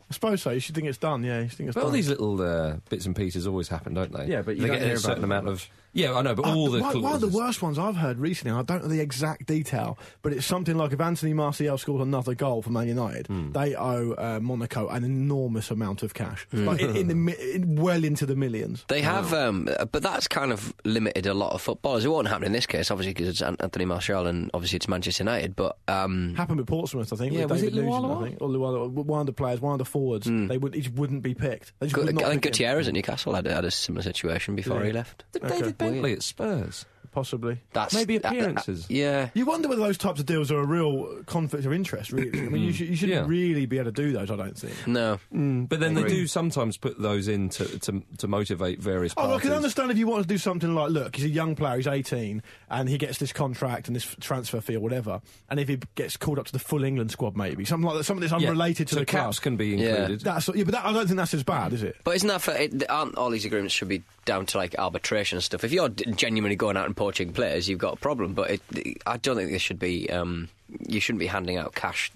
Speaker 2: I suppose so. You should think it's done. Yeah, you should think it's
Speaker 1: But all
Speaker 2: done.
Speaker 1: these little uh, bits and pieces always happen, don't they?
Speaker 4: Yeah, but you
Speaker 1: they
Speaker 4: don't
Speaker 1: get
Speaker 4: hear
Speaker 1: a
Speaker 4: about
Speaker 1: certain
Speaker 4: them
Speaker 1: amount
Speaker 4: that
Speaker 1: of. Yeah, I know, but
Speaker 2: Uh,
Speaker 1: all the
Speaker 2: one, one of the
Speaker 1: clauses-
Speaker 2: worst ones I've heard recently, and I don't know the exact detail, but it's something like if Anthony Martial scores another goal for Man United, they owe uh, Monaco an enormous amount of cash, like in, in the mi- in, well into the millions.
Speaker 3: They have, um, uh, but that's kind of limited a lot of footballers. It won't happen in this case, obviously, because it's An- Anthony Martial and obviously it's Manchester United. But um,
Speaker 2: Happened with Portsmouth, I think.
Speaker 4: Yeah,
Speaker 2: with
Speaker 4: was
Speaker 2: David
Speaker 4: it
Speaker 2: Nugent,
Speaker 4: Luala?
Speaker 2: I think, or Luala, one of the players, one of the forwards. They would, he just wouldn't be picked. They just
Speaker 3: Gu-
Speaker 2: would not
Speaker 3: I think
Speaker 2: pick him.
Speaker 3: Gutierrez at Newcastle had, had a similar situation before
Speaker 2: Yeah.
Speaker 3: he left.
Speaker 1: Did David Bentley at Spurs.
Speaker 2: possibly.
Speaker 3: That's
Speaker 1: Maybe
Speaker 3: that- that-
Speaker 1: appearances.
Speaker 3: yeah,
Speaker 2: You wonder whether those types of deals are a real conflict of interest. Really, I mean, you, should, you shouldn't
Speaker 1: Yeah.
Speaker 2: really be able to do those. I don't think.
Speaker 3: no.
Speaker 1: But then they do sometimes put those in to, to, to motivate various
Speaker 2: Oh,
Speaker 1: parties.
Speaker 2: I can understand if you want to do something like, look, he's a young player, he's 18, and he gets this contract and this f- transfer fee or whatever, and if he gets called up to the full England squad, maybe something like that, something that's
Speaker 1: Yeah,
Speaker 2: unrelated to
Speaker 1: so
Speaker 2: the
Speaker 1: caps
Speaker 2: club.
Speaker 1: can be
Speaker 3: Yeah.
Speaker 1: included.
Speaker 2: That's yeah, but that, I don't think that's as bad, is it?
Speaker 3: But isn't that for? It, aren't all these agreements should be down to like arbitration and stuff? If you're d- genuinely going out and poaching players, you've got a problem. But it, I don't think this should be. Um, you shouldn't be handing out cash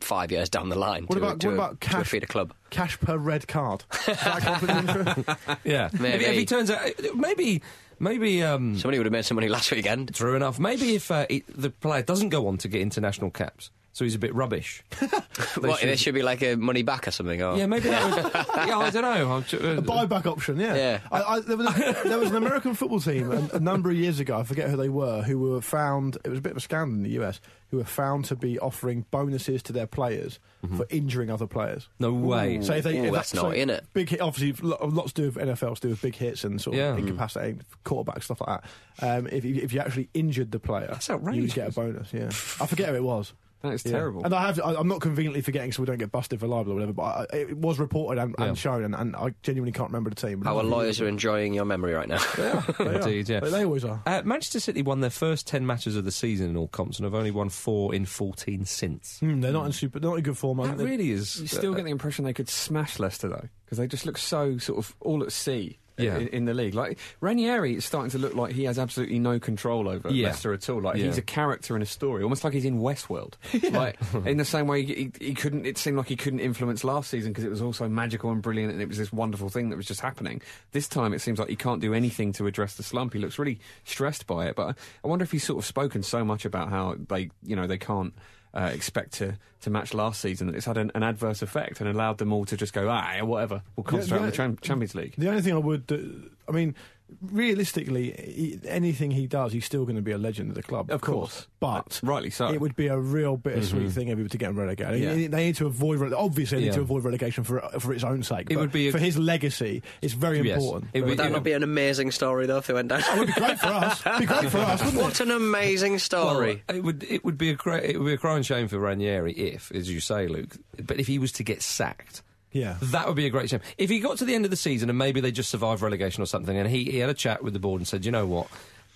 Speaker 3: five years down the line.
Speaker 2: What
Speaker 3: to, a-
Speaker 2: about
Speaker 3: to
Speaker 2: what
Speaker 3: a,
Speaker 2: about
Speaker 3: to a
Speaker 2: cash
Speaker 3: feeder club?
Speaker 2: Cash per red card. Is that conflict of interest?
Speaker 1: Yeah, If,
Speaker 3: Maybe.
Speaker 1: if he turns out, maybe, maybe
Speaker 2: Hmm.
Speaker 1: um,
Speaker 3: Somebody would have made some money last weekend.
Speaker 1: true enough. Maybe if uh, it, the player doesn't go on to get international caps, so he's a bit rubbish. They
Speaker 3: What,
Speaker 1: should-
Speaker 3: it should be like a money back or something. Or
Speaker 1: yeah, maybe that would. yeah, I don't know. I'll ju- uh,
Speaker 2: A buyback option, yeah.
Speaker 3: Yeah.
Speaker 2: I, I, there, was a, there was an American football team a, a number of years ago, I forget who they were, who were found, it was a bit of a scandal in the US, who were found to be offering bonuses to their players for injuring other players.
Speaker 1: Mm-hmm. no way.
Speaker 2: So if they,
Speaker 3: Ooh,
Speaker 2: if
Speaker 3: that's
Speaker 2: so
Speaker 3: naughty, innit?
Speaker 2: Big hit, obviously, lo- lots to do with NFLs do with big hits and sort of
Speaker 1: Yeah. Mm.
Speaker 2: incapacitating quarterback stuff like that. Um, if, you- if you actually injured the player,
Speaker 1: That's
Speaker 2: you would get a
Speaker 1: outrageous.
Speaker 2: bonus. Yeah, I forget who it was.
Speaker 4: that is
Speaker 2: Yeah.
Speaker 4: terrible.
Speaker 2: And I have, I, I'm not conveniently forgetting, so we don't get busted for libel or whatever. But I, I- it was reported and,
Speaker 1: Yeah.
Speaker 2: and shown, and, and I genuinely can't remember the team.
Speaker 3: Our lawyers are enjoying your memory right now.
Speaker 2: They are.
Speaker 1: Indeed, yeah.
Speaker 2: They- they always are.
Speaker 1: Uh, Manchester City won their first 10 matches of the season in all comps and have only won four in 14 since.
Speaker 2: Hmm, they're not in super, they're not in good form. I
Speaker 1: That
Speaker 2: think they-
Speaker 1: really is. uh,
Speaker 4: You still get the impression they could smash Leicester though, because they just look so sort of all at sea.
Speaker 1: Yeah.
Speaker 4: In, in the league, like Ranieri is starting to look like he has absolutely no control over
Speaker 1: Yeah.
Speaker 4: Leicester at all. Like
Speaker 1: Yeah.
Speaker 4: he's a character in a story, almost like he's in Westworld. Like in the same way he, he couldn't. It seemed like he couldn't influence last season because it was all so magical and brilliant, and it was this wonderful thing that was just happening. This time it seems like he can't do anything to address the slump. He looks really stressed by it. But I wonder if he's sort of spoken so much about how they, you know, they can't uh, expect to, to match last season. It's had an, an adverse effect and allowed them all to just go, ah, whatever, we'll concentrate
Speaker 2: yeah.
Speaker 4: on the cham- Champions League.
Speaker 2: The only thing uh, I would, do, I mean, realistically, he, anything he does, he's still going to be a legend of Uh, the club.
Speaker 4: Of course.
Speaker 2: but
Speaker 4: Rightly so.
Speaker 2: It would be a real bittersweet thing if he were to get him relegated.
Speaker 4: Yeah.
Speaker 2: They- They need to avoid rele- obviously they need
Speaker 1: Mm-hmm. Yeah.
Speaker 2: to avoid relegation for for its own sake.
Speaker 1: It
Speaker 2: but
Speaker 1: would be a-
Speaker 2: for his legacy. It's very
Speaker 1: Yes.
Speaker 2: important.
Speaker 1: It would-
Speaker 2: Very
Speaker 1: it
Speaker 3: That
Speaker 2: important.
Speaker 3: would be an amazing story, though, if they went down.
Speaker 2: It would be great for us. It'd be great for us, wouldn't it?
Speaker 3: what an amazing story.
Speaker 1: Well, it would it would be a great it would be a crying shame for Ranieri if, as you say, Luke, but if he was to get sacked.
Speaker 2: Yeah.
Speaker 1: That would be a great shame. If he got to the end of the season and maybe they just survived relegation or something, and he, he had a chat with the board and said, you know what?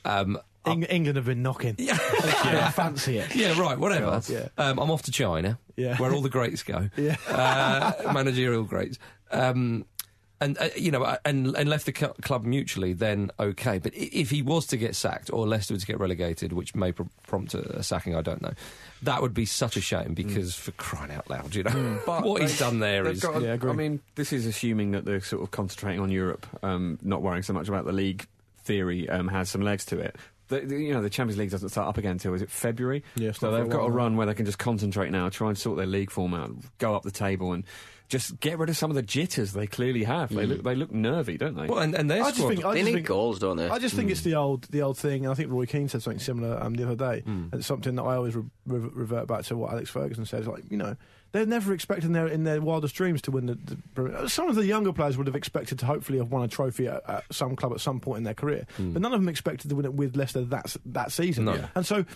Speaker 1: Um,
Speaker 2: Eng- England have been knocking. Uh, Yeah. fancy it.
Speaker 1: yeah, right, whatever.
Speaker 2: yeah.
Speaker 1: Um, I'm off to China,
Speaker 2: Yeah.
Speaker 1: where all the greats go,
Speaker 2: Yeah.
Speaker 1: uh, managerial greats. Um, and uh, you know, uh, and and left the cu- club mutually, then okay. But i- if he was to get sacked or Leicester was to get relegated, which may pr- prompt a, a sacking, I don't know. That would be such a
Speaker 2: Mm.
Speaker 1: shame because for crying out loud, you know, what he's done there
Speaker 4: They've
Speaker 1: is
Speaker 4: got-
Speaker 2: Yeah, agree.
Speaker 4: I mean, this is assuming that they're sort of concentrating on Europe, um, not worrying so much about the league theory um, has some legs to it. The, the- you know, the Champions League doesn't start up again until is it February?
Speaker 2: Yeah, it's
Speaker 4: so
Speaker 2: not for
Speaker 4: they've
Speaker 2: a
Speaker 4: got
Speaker 2: while
Speaker 4: a
Speaker 2: now.
Speaker 4: run where they can just concentrate now, try and sort their league form out, go up the table, and just get rid of some of the jitters they clearly have. They look they look nervy, don't they?
Speaker 1: Mm. well, and, and their
Speaker 2: I just
Speaker 1: squad-
Speaker 2: think I
Speaker 3: they
Speaker 2: just
Speaker 3: need
Speaker 2: think,
Speaker 3: goals, don't they?
Speaker 2: I just think it's the old the old thing, and I think Roy Keane said something similar um, the other day. And it's something that I always re- re- revert back to what Alex Ferguson says. Like you know, they're never expecting their in their wildest dreams to win the. the Premier- some of the younger players would have expected to hopefully have won a trophy at, at some club at some point in their career, but none of them expected to win it with Leicester that s- that season.
Speaker 1: No. Yeah.
Speaker 2: And so.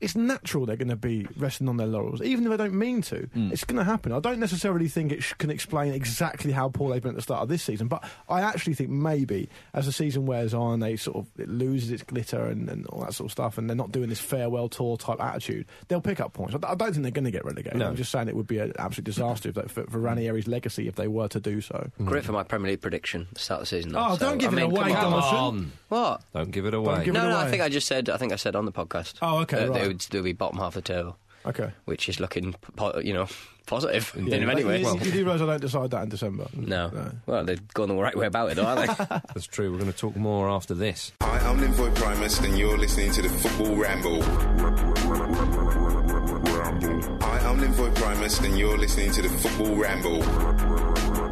Speaker 2: It's natural they're going to be resting on their laurels, even if they don't mean to. It's going to happen. I don't necessarily think it sh- can explain exactly how poor they've been at the start of this season, but I actually think maybe as the season wears on, they sort of it loses its glitter and, and all that sort of stuff, and they're not doing this farewell tour type attitude. They'll pick up points. I, d- I don't think they're going to get relegated.
Speaker 1: No.
Speaker 2: I'm just saying it would be an absolute disaster if that, for, for Ranieri's legacy if they were to do so.
Speaker 3: Great for my Premier League prediction at the start of the season. though.
Speaker 2: Oh,
Speaker 3: So,
Speaker 2: don't give
Speaker 3: I
Speaker 2: it
Speaker 3: mean,
Speaker 2: away,
Speaker 3: come on.
Speaker 2: Donaldson.
Speaker 3: What?
Speaker 1: don't give it away.
Speaker 2: give it
Speaker 3: no, no, I
Speaker 2: away.
Speaker 3: think I just said. I think I said on the podcast.
Speaker 2: Oh, okay,
Speaker 3: that
Speaker 2: right.
Speaker 3: They would still be bottom half of the table,
Speaker 2: Okay.
Speaker 3: which is looking, po- you know, positive in
Speaker 2: Like,
Speaker 3: many ways.
Speaker 2: you, you do realise I don't decide that in December.
Speaker 3: no. well, they're going the right way about it, though, aren't they?
Speaker 1: That's true. We're going to talk more after this.
Speaker 5: Hi, I'm Linvoy Primus, and you're listening to the Football Ramble. Hi, I'm Linvoy Primus, and you're listening to the Football Ramble.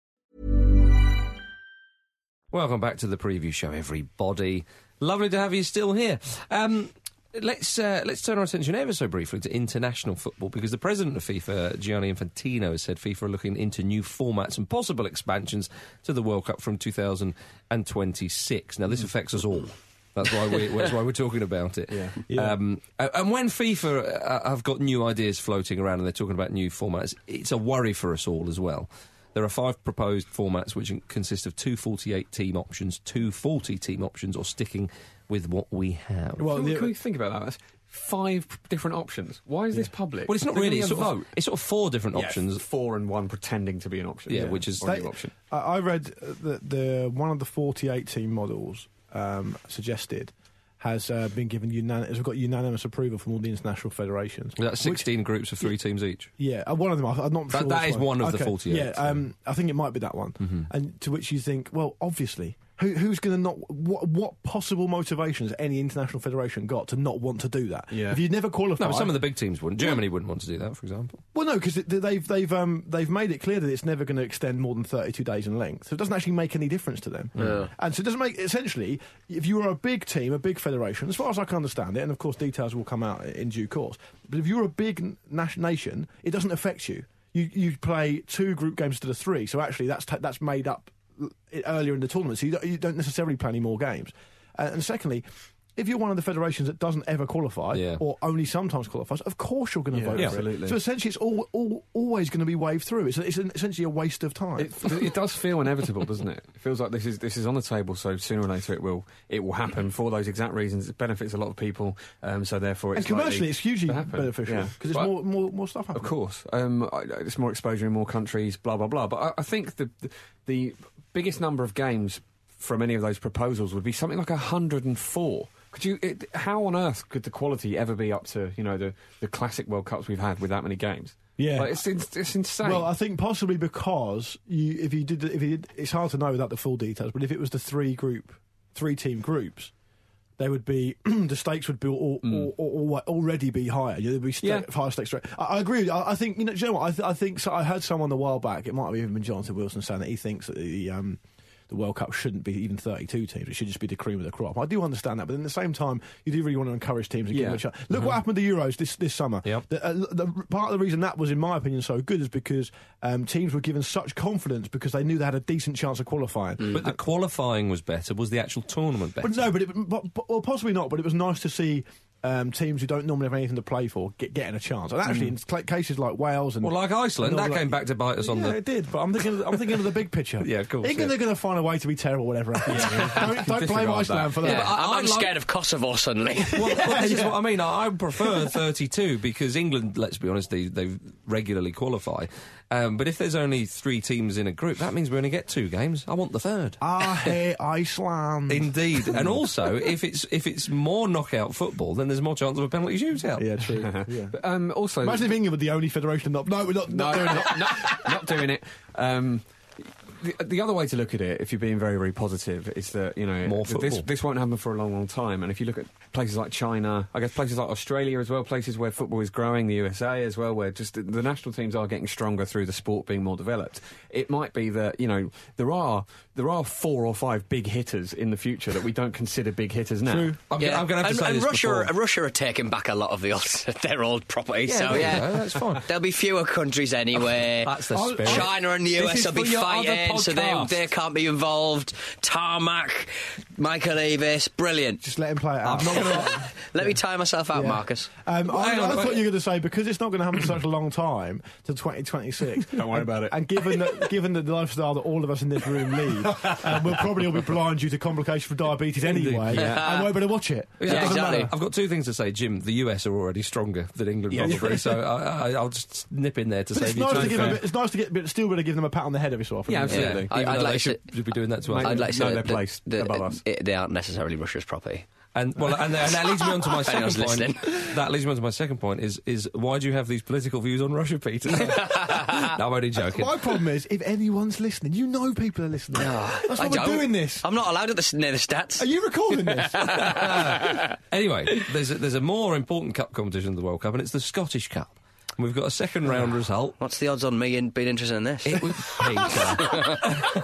Speaker 1: Welcome back to the preview show, everybody. Lovely to have you still here. Um, let's uh, let's turn our attention ever so briefly to international football because the president of FIFA, Gianni Infantino, has said FIFA are looking into new formats and possible expansions to the World Cup from 2026. Now, this affects us all. That's why we that's why we're talking about it. Yeah. Um, a- and when FIFA uh, have got new ideas floating around and they're talking about new formats, it's a worry for us all as well. There are five proposed formats which consist of two 48 team options, two 40 team options, or sticking with what we have. Well,
Speaker 2: Well,
Speaker 4: Can we-
Speaker 2: the-
Speaker 4: can we think about that? That's five p- different options. Why is this public?
Speaker 1: it's not
Speaker 4: They're
Speaker 1: really.
Speaker 4: giving
Speaker 1: It's
Speaker 4: a
Speaker 1: sort, of,
Speaker 4: vote.
Speaker 1: it's sort of four different
Speaker 4: Yeah,
Speaker 1: options.
Speaker 4: four and one pretending to be an option.
Speaker 1: Yeah, which is-
Speaker 4: or a new
Speaker 2: They-
Speaker 4: option.
Speaker 2: I, I read uh, that the one of the 48 team models um, suggested has uh, been given unanim- has got unanimous approval from all the international federations.
Speaker 1: That's
Speaker 2: Which-
Speaker 1: 16 groups of three teams each.
Speaker 2: yeah, uh, one of them. I- I'm not
Speaker 1: That-
Speaker 2: sure.
Speaker 1: that
Speaker 2: which
Speaker 1: is one of the Mm-hmm. 48,
Speaker 2: Yeah, um, I think it might be that one. And to which you think, well, obviously, who, who's going to not? What, what possible motivations any international federation got to not want to do that?
Speaker 4: Yeah.
Speaker 2: If you never qualified,
Speaker 1: No, but some of the big teams wouldn't. Germany wouldn't want to do that, for example.
Speaker 2: Well, no, because they've they've um, they've made it clear that it's never going to extend more than thirty-two days in length, so it doesn't actually make any difference to them. Mm. And so it doesn't make essentially if you were a big team, a big federation, as far as I can understand it, and of course details will come out in due course. But if you're a big nas- nation, it doesn't affect you. You you play two group games instead of three, so actually that's ta that's made up l- earlier in the tournament, so you don't, you don't necessarily play any more games. Uh, and secondly, if you're one of the federations that doesn't ever qualify
Speaker 1: Yeah.
Speaker 2: or only sometimes qualifies, of course you're going to
Speaker 4: Yeah,
Speaker 2: vote for
Speaker 4: absolutely.
Speaker 2: it. So essentially, it's all, all always going to be waved through. It's, it's an, essentially a waste of time.
Speaker 4: It, it does feel inevitable, doesn't it? It feels like this is this is on the table, so sooner or later it will it will happen for those exact reasons. It benefits a lot of people, um, so therefore
Speaker 2: and
Speaker 4: it's
Speaker 2: commercially,
Speaker 4: likely
Speaker 2: it's hugely
Speaker 4: to happen.
Speaker 2: beneficial
Speaker 4: Yeah.
Speaker 2: because there's
Speaker 4: But-
Speaker 2: more, more more stuff happening.
Speaker 4: Of course, um, I- I- it's more exposure in more countries, blah blah blah. But I, I think the the biggest number of games from any of those proposals would be something like hundred and four. Could you? It, how on earth could the quality ever be up to you know the, the classic World Cups we've had with that many games?
Speaker 2: Yeah.
Speaker 4: Like, it's, it's it's insane.
Speaker 2: Well, I think possibly because you, if you did, if you did, it's hard to know without the full details. But if it was the three group, three team groups, they would be the stakes would be all, all, all, all- already be higher. Yeah, There'd be sta-
Speaker 4: Mm. Yeah.
Speaker 2: higher stakes. straight- I, I agree. With you. I, I think you know. Do you know what? I, th- I think so. I heard someone a while back. It might have even been Jonathan Wilson saying that he thinks that the. Um, the World Cup shouldn't be even 32 teams. It should just be the cream of the crop. I do understand that, but at the same time, you do really want to encourage teams and give
Speaker 4: Yeah.
Speaker 2: them a chance. Look what happened to Euros this, this summer.
Speaker 1: Yep.
Speaker 2: The, uh, the, part of the reason that was, in my opinion, so good is because um, teams were given such confidence because they knew they had a decent chance of qualifying.
Speaker 1: But the qualifying was better. Was the actual tournament better?
Speaker 2: But no, but, it, but, but well, possibly not. But it was nice to see um, teams who don't normally have anything to play for get, getting a chance. And actually, in cl- cases like Wales and
Speaker 1: Mm. well, like
Speaker 2: and
Speaker 1: Iceland,
Speaker 2: all
Speaker 1: that
Speaker 2: like-
Speaker 1: came back to bite us on
Speaker 2: yeah,
Speaker 1: the.
Speaker 2: it did. But I'm thinking, I'm thinking of the big picture.
Speaker 1: Yeah, of course,
Speaker 2: England
Speaker 1: yeah.
Speaker 2: are going to find a way to be terrible, whatever happens. don't don't blame
Speaker 4: Disregard
Speaker 2: Iceland
Speaker 4: that.
Speaker 2: for that.
Speaker 3: Yeah,
Speaker 1: I-
Speaker 3: I'm,
Speaker 1: I
Speaker 3: I'm
Speaker 1: like-
Speaker 3: scared of Kosovo suddenly.
Speaker 1: well, well, this is what I mean. I, I prefer 32 because England, let's be honest, they, they regularly qualify. Um, but if there's only three teams in a group, that means we only get two games. I want the third.
Speaker 2: I hate Ah, Iceland.
Speaker 1: Indeed, and also if it's if it's more knockout football, then there's more chance of a penalty shootout.
Speaker 2: yeah, true. Yeah.
Speaker 4: um, also,
Speaker 2: Imagine if England were the only federation not. No, we're not,
Speaker 4: no,
Speaker 2: not doing it.
Speaker 4: not, not, not doing it. Um, the, the other way to look at it, if you're being very, very positive, is that you know
Speaker 1: More
Speaker 4: th- this
Speaker 1: football.
Speaker 4: this won't happen for a long, long time. And if you look at places like China, I guess places like Australia as well, places where football is growing, the USA as well, where just the, the national teams are getting stronger through the sport being more developed. It might be that you know there are there are four or five big hitters in the future that we don't consider big hitters now.
Speaker 2: True.
Speaker 1: I'm, yeah. I'm going to have to
Speaker 3: and,
Speaker 1: say
Speaker 3: and
Speaker 1: this
Speaker 3: Russia,
Speaker 1: before.
Speaker 3: are- Russia are taking back a lot of the old, their old property.
Speaker 1: Yeah,
Speaker 2: Oh,
Speaker 3: so
Speaker 1: there you
Speaker 3: yeah,
Speaker 1: go, that's fine.
Speaker 3: There'll be fewer countries anyway.
Speaker 1: That's the spirit.
Speaker 3: China and the
Speaker 1: This
Speaker 3: US
Speaker 1: is
Speaker 3: will be
Speaker 1: for your other
Speaker 3: fighting, so they,
Speaker 1: podcast.
Speaker 3: they can't be involved. Tarmac, Michael Avis, brilliant.
Speaker 2: Just let him play it out.
Speaker 1: Ah.
Speaker 3: Let me tie myself out,
Speaker 2: Yeah.
Speaker 3: Marcus.
Speaker 2: Um, I,
Speaker 1: hang
Speaker 2: I
Speaker 1: on,
Speaker 2: thought
Speaker 1: wait.
Speaker 2: you were going to say because it's not going to happen for such a long time to 2026. Don't
Speaker 4: worry about it.
Speaker 2: And given that, given the lifestyle that all of us in this room lead, um, we'll probably all be blind due to complications from diabetes anyway, and won't be able to watch it. So
Speaker 3: Yeah,
Speaker 2: it doesn't
Speaker 3: exactly.
Speaker 2: matter.
Speaker 1: I've got two things to say, Jim. The US are already stronger than England, probably. so I, I, I'll just nip in there to
Speaker 2: But
Speaker 1: save
Speaker 2: it's
Speaker 1: you.
Speaker 2: nice,
Speaker 1: time.
Speaker 2: to give them a bit, it's nice to get, but still, to give them a pat on the head every so often.
Speaker 4: Yeah,
Speaker 2: isn't it?
Speaker 4: absolutely.
Speaker 3: Yeah. I-
Speaker 1: Even
Speaker 3: I'd
Speaker 1: though they
Speaker 3: like
Speaker 1: should,
Speaker 3: to-
Speaker 1: should be doing that to us.
Speaker 3: I'd like to
Speaker 4: know
Speaker 3: say
Speaker 4: their
Speaker 3: that-
Speaker 4: place
Speaker 3: that-
Speaker 4: above
Speaker 3: that-
Speaker 4: us.
Speaker 3: it- they aren't necessarily Russia's property.
Speaker 1: And well, and, and that leads me on to my
Speaker 3: If
Speaker 1: second
Speaker 3: anyone's
Speaker 1: point. That leads me on to my second point is is why do you have these political views on Russia, Peter? no, I'm only joking.
Speaker 2: My problem is if anyone's listening, you know people are listening. That's why
Speaker 3: I
Speaker 2: we're
Speaker 3: don't.
Speaker 2: doing this.
Speaker 3: I'm not allowed at the, near the stats.
Speaker 2: Are you recording this?
Speaker 1: anyway, there's a, there's a more important cup competition than the World Cup, and it's the Scottish Cup. And we've got a second round result.
Speaker 3: What's the odds on me in being interested in this?
Speaker 1: It was Peter.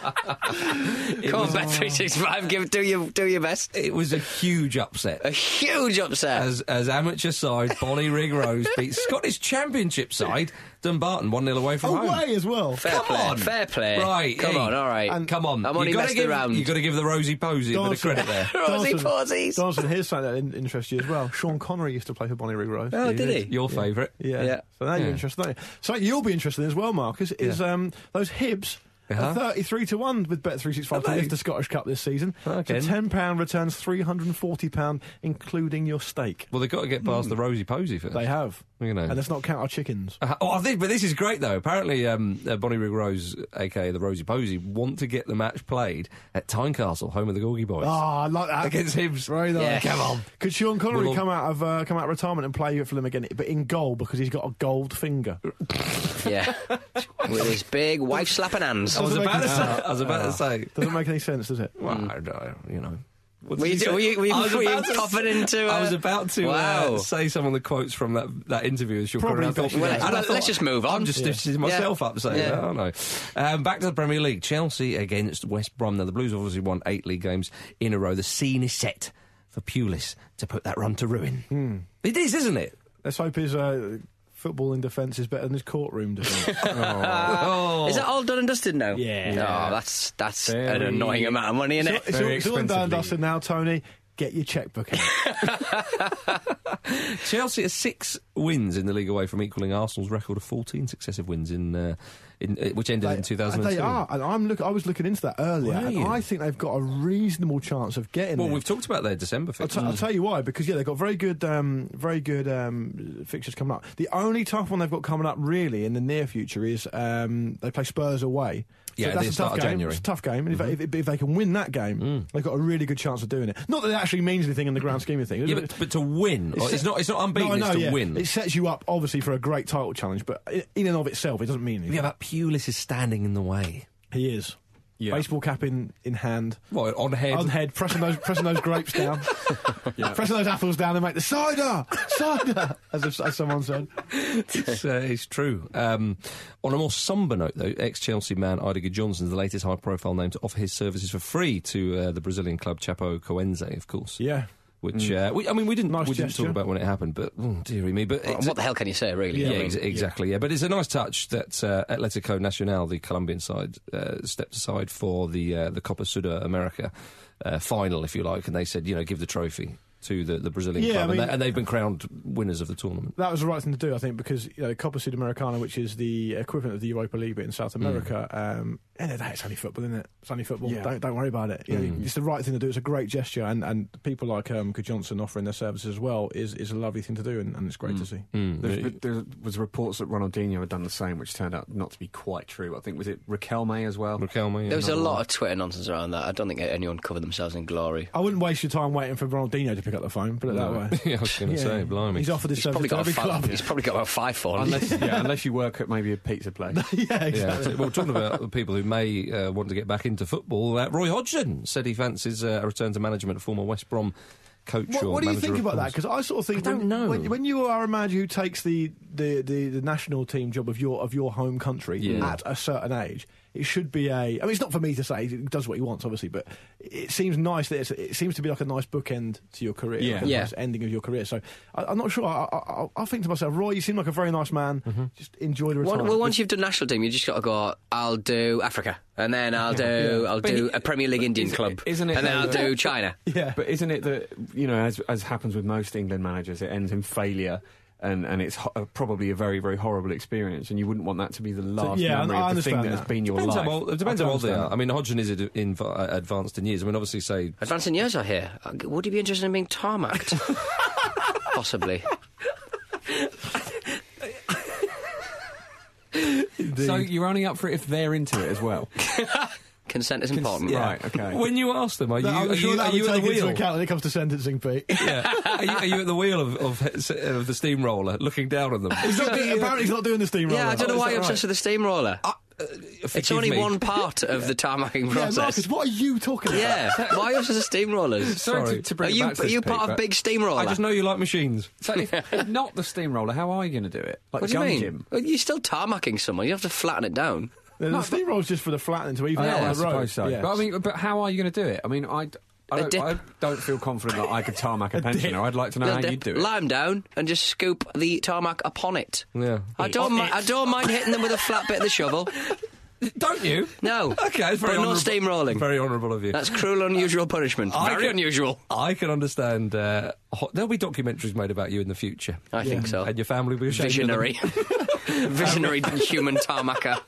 Speaker 1: it,
Speaker 3: Come on,
Speaker 1: was,
Speaker 3: bet three six five. Give do your do your best.
Speaker 1: it was a huge
Speaker 3: A
Speaker 1: upset.
Speaker 3: huge upset.
Speaker 1: As, as amateur side, Bonnie Rig Rose beat Scottish Championship side Dumbarton 1 0 away from home.
Speaker 2: Away as well.
Speaker 3: Fair
Speaker 1: Oh, Come
Speaker 3: play.
Speaker 1: on.
Speaker 3: Fair play.
Speaker 1: Right,
Speaker 3: Come
Speaker 1: hey.
Speaker 3: on, all right.
Speaker 1: And come on,
Speaker 3: I'm
Speaker 1: You
Speaker 3: only
Speaker 1: gotta
Speaker 3: messing
Speaker 1: give,
Speaker 3: around.
Speaker 1: You got to give the rosy posy a bit of
Speaker 2: Dawson-
Speaker 1: credit there.
Speaker 3: Rosy
Speaker 2: Dawson-
Speaker 3: posies.
Speaker 2: Dawson, here's something that in- interests you as well. Sean Connery used to play for Bonnie Rig Rose.
Speaker 3: Oh, did he?
Speaker 1: Your favourite?
Speaker 2: Yeah.
Speaker 3: Yeah.
Speaker 2: So now
Speaker 1: Yeah.
Speaker 2: you're interested. Aren't you? So you'll be interested in as well, Marcus, is um, those Hibs.
Speaker 1: Uh-huh.
Speaker 2: are 33 to 1 with Bet365 to
Speaker 1: Are they?
Speaker 2: lift the Scottish Cup this season.
Speaker 1: Okay.
Speaker 2: So £10 returns £340, including your stake.
Speaker 1: Well, they've got to get past the rosy posy first.
Speaker 2: They have.
Speaker 1: You know.
Speaker 2: And let's not count our chickens.
Speaker 1: Uh, oh, this, but this is great though. Apparently, um, uh, Bonnie Rig Rose, aka the Rosie Posy, want to get the match played at Tynecastle, home of the Gorgie Boys,
Speaker 2: Ah, I like that.
Speaker 1: against Hibs. Oh,
Speaker 2: Very nice.
Speaker 3: Yeah.
Speaker 1: Come on.
Speaker 2: Could Sean Connery
Speaker 1: We'll all-
Speaker 2: come out of uh, come out of retirement and play for them again, but in goal because he's got a gold finger?
Speaker 3: Yeah. With his big wife slapping hands.
Speaker 1: I was
Speaker 2: Doesn't
Speaker 1: about to
Speaker 2: make
Speaker 1: say. I was about to say.
Speaker 2: Doesn't make any sense, does it?
Speaker 1: Well, I don't know, you know. What
Speaker 3: Mm.
Speaker 1: did
Speaker 3: Were you do-
Speaker 1: say?
Speaker 3: were you- were you-
Speaker 1: I was
Speaker 3: were you
Speaker 1: about to s-
Speaker 3: popping into,
Speaker 1: I
Speaker 3: uh,
Speaker 1: was about to
Speaker 3: Wow.
Speaker 1: uh, say some of the quotes from that, that interview. As you're
Speaker 2: Probably
Speaker 1: I thought,
Speaker 2: better. Well,
Speaker 3: let's-
Speaker 1: and I
Speaker 3: let's
Speaker 1: thought,
Speaker 3: just move on.
Speaker 1: I'm just
Speaker 3: Yeah.
Speaker 1: stitching myself
Speaker 3: Yeah.
Speaker 1: up saying
Speaker 3: Yeah.
Speaker 1: that, aren't I? Um, back to the Premier League. Chelsea against West Brom. Now the Blues obviously won eight league games in a row. The scene is set for Pulis to put that run to ruin.
Speaker 3: Hmm.
Speaker 1: It is, isn't it?
Speaker 2: Let's hope his uh, footballing defence is better than his courtroom defence.
Speaker 1: oh.
Speaker 3: Is that all done and dusted now?
Speaker 2: Yeah.
Speaker 3: No, that's that's an
Speaker 4: Very-
Speaker 3: annoying amount of money, isn't
Speaker 2: So-
Speaker 3: it?
Speaker 2: It's all, it's all done and
Speaker 4: expensively.
Speaker 2: dusted now, Tony. Get your checkbook out.
Speaker 1: Chelsea are six wins in the league away from equaling Arsenal's record of 14 successive wins in, uh, in uh, which ended in
Speaker 2: They-
Speaker 1: 2002.
Speaker 2: They are, ah, and I'm look. I was looking into that earlier,
Speaker 1: Were
Speaker 2: and
Speaker 1: you?
Speaker 2: I think they've got a reasonable chance of getting.
Speaker 1: Well,
Speaker 2: there.
Speaker 1: we've Mm. talked about their December
Speaker 2: I'll,
Speaker 1: fix.
Speaker 2: t- I'll tell you why, because yeah, they've got very good, um, very good um, fixtures coming up. The only tough one they've got coming up really in the near future is um, they play Spurs away.
Speaker 1: Yeah,
Speaker 2: that's
Speaker 1: they
Speaker 2: a
Speaker 1: start
Speaker 2: tough
Speaker 1: of
Speaker 2: game.
Speaker 1: January. Mm-hmm. Mm.
Speaker 2: It's a tough game, and if, if, if they can win that game, they've got a really good chance of doing it. Not that it actually means anything in the grand scheme of things.
Speaker 1: yeah, but, but to win, it's, it's not it's not unbeaten.
Speaker 2: No, I know,
Speaker 1: it's to
Speaker 2: yeah.
Speaker 1: win.
Speaker 2: It sets you up obviously for a great title challenge, but i- in and of itself, it doesn't mean anything.
Speaker 1: yeah, but Pulis is standing in the way.
Speaker 2: He is.
Speaker 4: Yeah.
Speaker 2: Baseball cap in, in hand.
Speaker 1: Well, on head.
Speaker 2: on head, pressing those pressing those grapes down, pressing those apples down, and make the cider, cider, as, if, as someone said.
Speaker 1: it's, uh, it's true. Um, on a more somber note, though, ex Chelsea man Idiger Johnson is the latest high profile name to offer his services for free to uh, the Brazilian club Chapo Coense, of course.
Speaker 2: Yeah, Mm.
Speaker 1: Which uh, we, I mean, we didn't
Speaker 2: Nice
Speaker 1: we didn't talk
Speaker 2: gesture.
Speaker 1: about when it happened, but mm, dearie me, but
Speaker 3: And
Speaker 1: it's-
Speaker 3: what the hell can you say, really?
Speaker 1: Yeah,
Speaker 3: I mean,
Speaker 1: ex- exactly. Yeah. but it's a nice touch that uh, Atletico Nacional, the Colombian side, uh, stepped aside for the uh, the Copa Suda America uh, final, if you like, and they said, you know, give the trophy to the, the Brazilian
Speaker 2: Yeah,
Speaker 1: club,
Speaker 2: I
Speaker 1: and,
Speaker 2: mean-
Speaker 1: they, and they've been crowned winners of the tournament.
Speaker 2: that was the right thing to do, I think, because you know, Copa Sudamericana, which is the equivalent of the Europa League but in
Speaker 3: Mm.
Speaker 2: South America, um, end of the day, it's only football, isn't it? It's only football. Don't don't worry about it. You know,
Speaker 3: Mm.
Speaker 2: It's the right thing to do. It's a great gesture, and, and people like um, Good Johnson offering their services as well is is a lovely thing to do, and, and it's
Speaker 3: Mm.
Speaker 2: great to see.
Speaker 1: Hmm.
Speaker 4: There, there was reports that Ronaldinho had done the same, which turned out not to be quite true. I think was it Raquel May as well.
Speaker 1: Raquel May, yeah.
Speaker 3: There was a lot of Twitter nonsense around that. I don't think anyone covered themselves in glory.
Speaker 2: I wouldn't waste your time waiting for Ronaldinho to pick up the phone. Put it that way.
Speaker 1: yeah, I was going to say, blimey.
Speaker 2: He's offered his
Speaker 3: He's probably
Speaker 2: service to
Speaker 3: got,
Speaker 2: every
Speaker 3: a fi-
Speaker 2: club.
Speaker 3: he's probably got about five phones.
Speaker 4: unless, yeah, unless you work at maybe a pizza place.
Speaker 2: yeah, exactly.
Speaker 1: Yeah, well, talking about the people who may uh, want to get back into football, uh, Roy Hodgson said he fancies uh, a return to management, former West Brom coach.
Speaker 2: What,
Speaker 1: or
Speaker 2: what do you
Speaker 1: manager
Speaker 2: think
Speaker 1: of
Speaker 2: about that?
Speaker 1: Wolves.
Speaker 2: Because I sort of think
Speaker 1: I don't
Speaker 2: when,
Speaker 1: know.
Speaker 2: When, when you are a manager who takes the, the, the, the national team job of your of your home country
Speaker 1: Yeah.
Speaker 2: at a certain age, it should be a. I mean, it's not for me to say. He does what he wants, obviously, but it seems nice that it's, it seems to be like a nice bookend to your career,
Speaker 4: Yeah.
Speaker 2: like a
Speaker 3: Yeah.
Speaker 2: nice ending of your career. So I, I'm not sure. I, I, I- I think to myself, Roy, you seem like a very nice man.
Speaker 1: Mm-hmm.
Speaker 2: Just enjoy the
Speaker 3: One,
Speaker 2: retirement.
Speaker 3: well, once you've done national team, you just got to go. I'll do Africa, and then I'll do I'll do a Premier League Indian club,
Speaker 4: isn't it
Speaker 3: and then I'll
Speaker 4: though-
Speaker 3: do China.
Speaker 2: yeah.
Speaker 4: But isn't it that you know, as as happens with most England managers, it ends in failure. And, and it's ho- uh, probably a very very horrible experience, and you wouldn't want that to be the last
Speaker 2: yeah,
Speaker 4: memory
Speaker 2: I
Speaker 4: of the thing
Speaker 2: understand
Speaker 4: that, has
Speaker 2: that.
Speaker 4: been your
Speaker 1: Depends
Speaker 4: life.
Speaker 1: how old, it depends
Speaker 4: I
Speaker 1: how
Speaker 4: don't
Speaker 1: old they
Speaker 4: understand
Speaker 1: are. I mean, Hodgson is ad- in, uh, advanced in years. I mean, obviously, say
Speaker 3: Advancing years are here. Uh, Would you be interested in being tarmacked? Possibly.
Speaker 4: that. So you're only up for it if they're into it as well,
Speaker 3: Consent is important.
Speaker 4: right? Okay.
Speaker 1: when you ask them, are you,
Speaker 2: I'm
Speaker 1: are
Speaker 2: sure
Speaker 1: you, are
Speaker 2: that'll
Speaker 1: you
Speaker 2: be
Speaker 1: at the
Speaker 2: taken into
Speaker 1: wheel?
Speaker 2: account when it comes to sentencing, Pete.
Speaker 1: Yeah. are, you, are you at the wheel of, of, of the steamroller, looking down on them?
Speaker 2: He's not doing- apparently, he's not doing the steamroller.
Speaker 3: Yeah, I don't know why you're obsessed with the steamroller.
Speaker 4: Uh,
Speaker 3: it's
Speaker 1: Forgive
Speaker 3: only
Speaker 1: me.
Speaker 3: one part of the tarmacking
Speaker 2: Yeah,
Speaker 3: process.
Speaker 2: Marcus, what are you talking about?
Speaker 3: Yeah, why are you obsessed with steamrollers?
Speaker 4: Sorry,
Speaker 1: Sorry.
Speaker 4: To, to
Speaker 3: Are
Speaker 4: bring it
Speaker 3: you
Speaker 4: back to
Speaker 3: are
Speaker 4: this,
Speaker 3: you
Speaker 4: Pete,
Speaker 3: part of
Speaker 4: but-
Speaker 3: big steamroller?
Speaker 1: I just know you like machines.
Speaker 4: So if, if not the steamroller, how are you going to do it? Like
Speaker 3: What do
Speaker 4: the
Speaker 3: you
Speaker 4: gun
Speaker 3: mean?
Speaker 4: gym?
Speaker 3: Well, You're still tarmacking someone. You have to flatten it down.
Speaker 2: The, the steamroller's just for the flattening to even
Speaker 4: Yeah,
Speaker 2: out
Speaker 4: Oh, I
Speaker 2: the road.
Speaker 4: suppose so.
Speaker 2: Yeah.
Speaker 4: But I mean, but how are you going to do it? I mean, I, d- I,
Speaker 3: A
Speaker 4: don't, I
Speaker 3: dip.
Speaker 4: don't feel confident that I could tarmac a pensioner. I'd like to know how
Speaker 3: Little
Speaker 4: Ah, you
Speaker 3: dip,
Speaker 4: do it.
Speaker 3: Lime down and just scoop the tarmac upon it.
Speaker 1: Yeah.
Speaker 3: I don't. Mi- I don't mind hitting them with a flat bit of the shovel.
Speaker 1: Don't you?
Speaker 3: No.
Speaker 1: Okay, it's very
Speaker 3: But not
Speaker 1: honourable-
Speaker 3: steamrolling.
Speaker 1: Very honourable of you.
Speaker 3: That's cruel, unusual punishment.
Speaker 1: I
Speaker 3: Very
Speaker 1: can-
Speaker 3: unusual.
Speaker 1: I can understand. Uh, ho- there'll be documentaries made about you in the future.
Speaker 3: I think so.
Speaker 1: And your family will be ashamed of them.
Speaker 3: Visionary, visionary human tarmacker.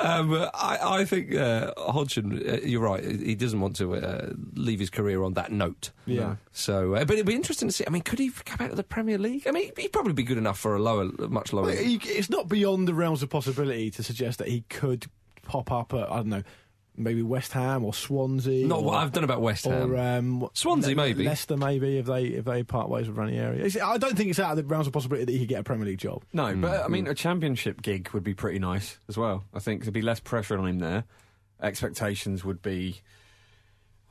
Speaker 1: Um, uh, I, I think uh, Hodgson, uh, you're right. He doesn't want to uh, leave his career on that note.
Speaker 2: Yeah.
Speaker 1: So, uh, but it'd be interesting to see. I mean, could he come out of the Premier League? I mean, he'd probably be good enough for a lower, much lower.
Speaker 2: Well, he- it's not beyond the realms of possibility to suggest that he could pop up at, I don't know, maybe West Ham or Swansea.
Speaker 1: Not
Speaker 2: or,
Speaker 1: what I've done about West Ham.
Speaker 2: Or um, what-
Speaker 1: Swansea,
Speaker 2: Le-
Speaker 1: maybe.
Speaker 2: Leicester, maybe, if they if they part ways with Ranieri. It's, I don't think it's out of the realms of possibility that he could get a Premier League job.
Speaker 4: No, but uh, I mean,
Speaker 2: Mm-hmm.
Speaker 4: a championship gig would be pretty nice as well. I think there'd be less pressure on him there. Expectations would be.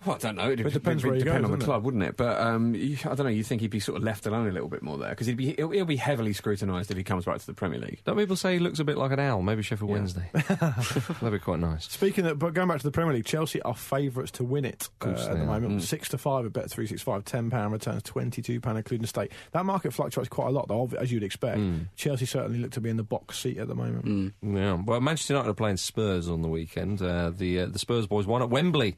Speaker 4: Well, I don't know. It'd
Speaker 2: It depends
Speaker 4: it'd
Speaker 2: where he
Speaker 4: depend
Speaker 2: goes,
Speaker 4: on the
Speaker 2: doesn't it?
Speaker 4: club, wouldn't it? But um, you, I don't know. You think he'd be sort of left alone a little bit more there because he'd be he'll, he'll be heavily scrutinised if he comes back to the Premier League.
Speaker 1: Don't people say he looks a bit like an owl? Maybe Sheffield Wednesday. That'd be quite nice.
Speaker 2: Speaking of, but going back to the Premier League, Chelsea are favourites to win it uh,
Speaker 1: course
Speaker 2: at
Speaker 1: they
Speaker 2: the
Speaker 1: are. Mm.
Speaker 2: moment. Six to five at Bet three six five. Ten pound returns, twenty two pound including the stake. That market fluctuates quite a lot, though, as you'd expect.
Speaker 1: Mm.
Speaker 2: Chelsea certainly look to be in the box seat at the moment.
Speaker 1: Yeah. Well, Manchester United are playing Spurs on the weekend. Uh, the uh, the Spurs boys won at Wembley.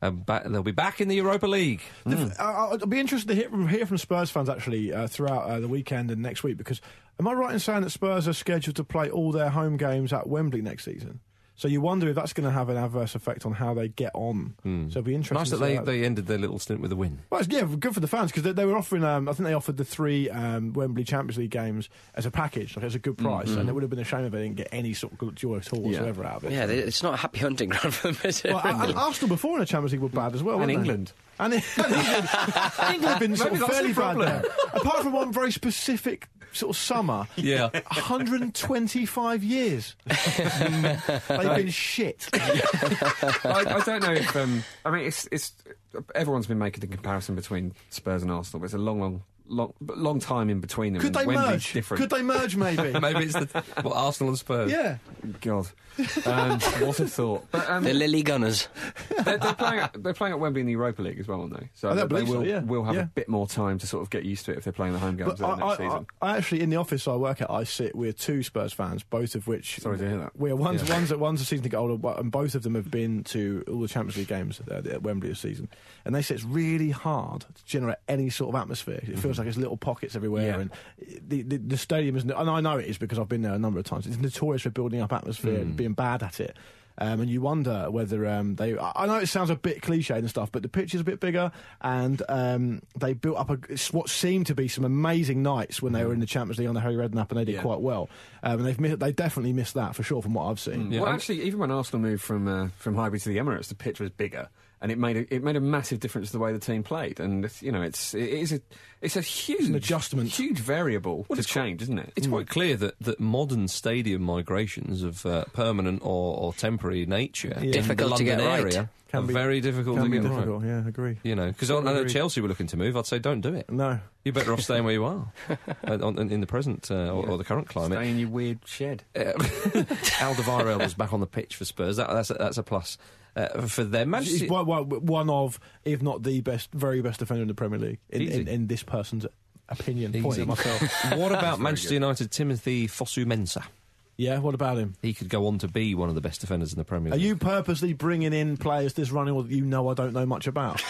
Speaker 1: and ba- they'll be back in the Europa League.
Speaker 2: The-
Speaker 1: Mm.
Speaker 2: I- I'll be interested to hear, hear from Spurs fans actually uh, throughout uh, the weekend and next week because am I right in saying that Spurs are scheduled to play all their home games at Wembley next season? So you wonder if that's going to have an adverse effect on how they get on. So it'll be interesting.
Speaker 1: Mm. Nice that
Speaker 2: to see
Speaker 1: they,
Speaker 2: how-
Speaker 1: they ended their little stint with a win.
Speaker 2: Well, it's, yeah, good for the fans because they, they were offering. Um, I think they offered the three um, Wembley Champions League games as a package, like as a
Speaker 1: Mm,
Speaker 2: good price, and it would have been a shame if they didn't get any sort of good joy at all whatsoever out of it.
Speaker 3: Yeah, they, it's not a happy hunting ground for them, is it?
Speaker 2: Well, and- and Arsenal before in the Champions League were bad as well. weren't
Speaker 4: And
Speaker 2: they?
Speaker 4: England.
Speaker 2: And, and England, England have been sort
Speaker 1: Maybe
Speaker 2: of
Speaker 1: that's
Speaker 2: fairly
Speaker 1: the
Speaker 2: bad
Speaker 1: problem.
Speaker 2: now. Apart from one very specific sort of summer.
Speaker 1: Yeah.
Speaker 2: 125 years. They've been shit.
Speaker 4: I, I don't know if um, I mean it's it's everyone's been making the comparison between Spurs and Arsenal, but it's a long, long, long, long time in between them.
Speaker 2: Could
Speaker 4: and
Speaker 2: they
Speaker 4: Wembley's
Speaker 2: merge?
Speaker 4: Different.
Speaker 2: Could they merge, maybe?
Speaker 1: Maybe it's the well, Arsenal and Spurs.
Speaker 2: yeah.
Speaker 4: God, um, what a thought! But um,
Speaker 3: the Lily Gunners.
Speaker 4: they're, they're playing at, they're playing at Wembley in the Europa League as well, aren't they? So
Speaker 2: I don't
Speaker 4: they
Speaker 2: believe so,
Speaker 4: will
Speaker 2: yeah.
Speaker 4: will have
Speaker 2: Yeah.
Speaker 4: a bit more time to sort of get used to it if they're playing the home games
Speaker 2: But
Speaker 4: early
Speaker 2: I,
Speaker 4: next
Speaker 2: I,
Speaker 4: season.
Speaker 2: I, I actually, in the office I work at, I sit with two Spurs fans, both of which.
Speaker 4: Sorry to hear that.
Speaker 2: We're one's one's one's a season ticket holder, but- and both of them have been to all the Champions League games at, at Wembley this season. And they say it's really hard to generate any sort of atmosphere. It feels like it's little pockets everywhere,
Speaker 4: Mm-hmm. Yeah.
Speaker 2: and the, the the stadium is. And I know it is because I've been there a number of times. It's notorious for building up atmosphere
Speaker 4: Mm.
Speaker 2: and being bad at it. Um, and you wonder whether um, they. I I know it sounds a bit cliche and stuff, but the pitch is a bit bigger, and um, they built up a, it's what seemed to be some amazing nights when they were in the Champions League on the Harry Redknapp, and they did
Speaker 4: Mm-hmm. Yeah.
Speaker 2: quite well. Um, and they've mi- they definitely missed that for sure from what I've seen.
Speaker 1: Yeah.
Speaker 4: Well, actually, even when Arsenal moved from uh, from Highbury to the Emirates, the pitch was bigger, and it made a, it made a massive difference to the way the team played. And it's, you know, it's it is a it's a huge
Speaker 2: adjustment.
Speaker 4: huge variable to change, isn't it?
Speaker 1: It's
Speaker 2: Hmm.
Speaker 1: quite clear that, that modern stadium migrations of uh, permanent or, or temporary nature, in
Speaker 3: Difficult
Speaker 1: the
Speaker 3: to get
Speaker 1: London
Speaker 3: right.
Speaker 1: area,
Speaker 2: Can
Speaker 1: are
Speaker 2: be-
Speaker 1: very difficult
Speaker 2: Can
Speaker 1: to
Speaker 2: be
Speaker 1: get
Speaker 2: difficult,
Speaker 1: right.
Speaker 2: yeah, agree.
Speaker 1: You know, because I know
Speaker 2: Agree.
Speaker 1: Chelsea were looking to move. I'd say don't do it.
Speaker 2: No,
Speaker 1: You're better off staying where you are uh, on, in the present uh, or, or the current climate.
Speaker 4: Stay in your weird shed.
Speaker 1: Uh, Alderweireld was back on the pitch for Spurs. That, that's, a, that's a plus uh, for them.
Speaker 2: he's
Speaker 1: Manchester,
Speaker 2: one, one- one of, if not the best, very best defender in the Premier League, in,
Speaker 1: Easy.
Speaker 2: in, in this person's opinion.
Speaker 1: Easy.
Speaker 2: Pointing at myself.
Speaker 1: what about Manchester United? Timothy Fosu Mensah.
Speaker 2: yeah, what about him?
Speaker 1: He could go on to be one of the best defenders in the Premier
Speaker 2: Are
Speaker 1: League.
Speaker 2: you purposely bringing in players this running order that you know I don't know much about?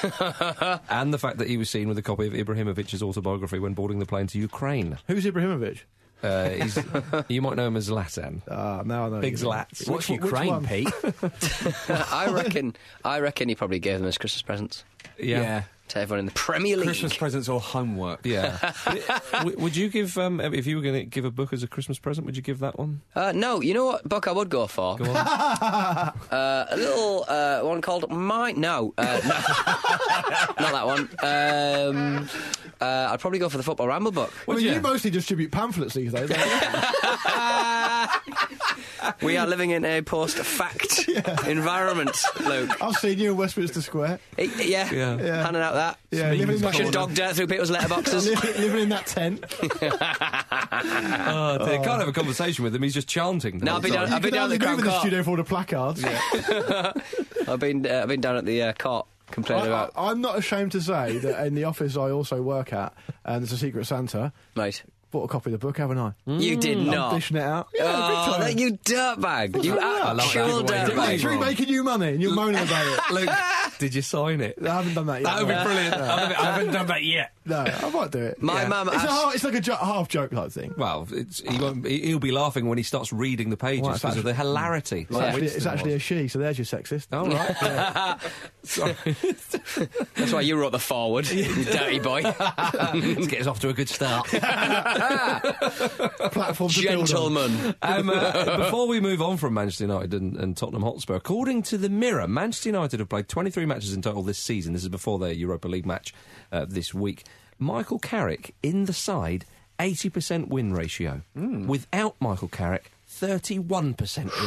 Speaker 1: And the fact that he was seen with a copy of Ibrahimovic's autobiography when boarding the plane to Ukraine.
Speaker 2: Who's Ibrahimovic?
Speaker 1: Uh, he's, you might know him as Latan.
Speaker 2: Ah, now I know.
Speaker 1: Big
Speaker 2: you.
Speaker 1: Zlats.
Speaker 2: Which one- which one?
Speaker 3: I reckon. I reckon he probably gave them as Christmas presents
Speaker 1: Yeah.
Speaker 3: to everyone in the Premier League.
Speaker 4: Christmas presents or homework.
Speaker 1: Yeah. W- would you give, um, if you were going to give a book as a Christmas present, would you give that one?
Speaker 3: Uh, no, you know what book I would go for?
Speaker 1: Go on.
Speaker 3: Uh, a little uh, one called My. No, uh, no. not that one. Um, uh, I'd probably go for the Football Ramble book.
Speaker 2: I mean,
Speaker 1: Would
Speaker 2: you
Speaker 1: you?
Speaker 2: mostly distribute pamphlets these days. don't you?
Speaker 3: We are living in a post-fact environment, Luke.
Speaker 2: I've seen you in Westminster Square.
Speaker 3: Eh, Yeah,
Speaker 1: Yeah.
Speaker 2: Yeah.
Speaker 3: handing out that.
Speaker 2: Yeah, living in,
Speaker 3: Pushing
Speaker 2: that,
Speaker 3: dog dirt through people's letterboxes.
Speaker 2: living, living in that tent.
Speaker 1: Oh, dear. uh, Can't have a conversation with him. He's just chanting. the
Speaker 3: No,
Speaker 1: whole
Speaker 3: I've been
Speaker 1: time.
Speaker 3: down,
Speaker 2: You
Speaker 3: I've been
Speaker 2: could
Speaker 3: down
Speaker 2: only
Speaker 3: at the
Speaker 2: go
Speaker 3: Crown
Speaker 2: in the
Speaker 3: Court.
Speaker 2: studio for all the placards.
Speaker 3: I've been, uh, I've been down at the uh, court complaining
Speaker 2: I,
Speaker 3: about.
Speaker 2: I, I'm not ashamed to say that in the office I also work at, and there's a Secret Santa.
Speaker 3: Mate,
Speaker 2: Bought a copy of the book, haven't I?
Speaker 3: you did
Speaker 2: I'm
Speaker 3: not.
Speaker 2: dishing it out. Mm. Yeah,
Speaker 3: Mm. Oh,
Speaker 2: big time.
Speaker 3: that you dirtbag. You
Speaker 2: I
Speaker 1: love that.
Speaker 3: actual
Speaker 1: Giveaway.
Speaker 2: Mate,
Speaker 3: dirtbag.
Speaker 2: it's really making you money, and you're moaning about it.
Speaker 1: Luke, did you sign it?
Speaker 2: I haven't done that yet.
Speaker 1: That would be
Speaker 2: No.
Speaker 1: brilliant. I haven't- I haven't done that yet.
Speaker 2: No, I might do it.
Speaker 3: My mum
Speaker 2: It's, a
Speaker 3: asked-
Speaker 2: half, it's like a jo- half joke type thing.
Speaker 1: Well, it's, he won't, he- he'll be laughing when he starts reading the pages
Speaker 2: Well,
Speaker 1: because
Speaker 2: it's
Speaker 1: of the hilarity.
Speaker 2: It's actually, it's actually a she, so there's your sexist.
Speaker 3: Oh.
Speaker 1: All right. Sorry.
Speaker 3: That's why you wrote the forward, you dirty boy.
Speaker 1: Let's get us off to a good start.
Speaker 2: Platform to build on.
Speaker 3: Gentlemen.
Speaker 1: Um, uh, before we move on from Manchester United and, and Tottenham Hotspur, according to the Mirror, Manchester United have played 23 matches in total this season. This is before their Europa League match uh, this week. Michael Carrick in the side, 80% win ratio. Without Michael Carrick, 31%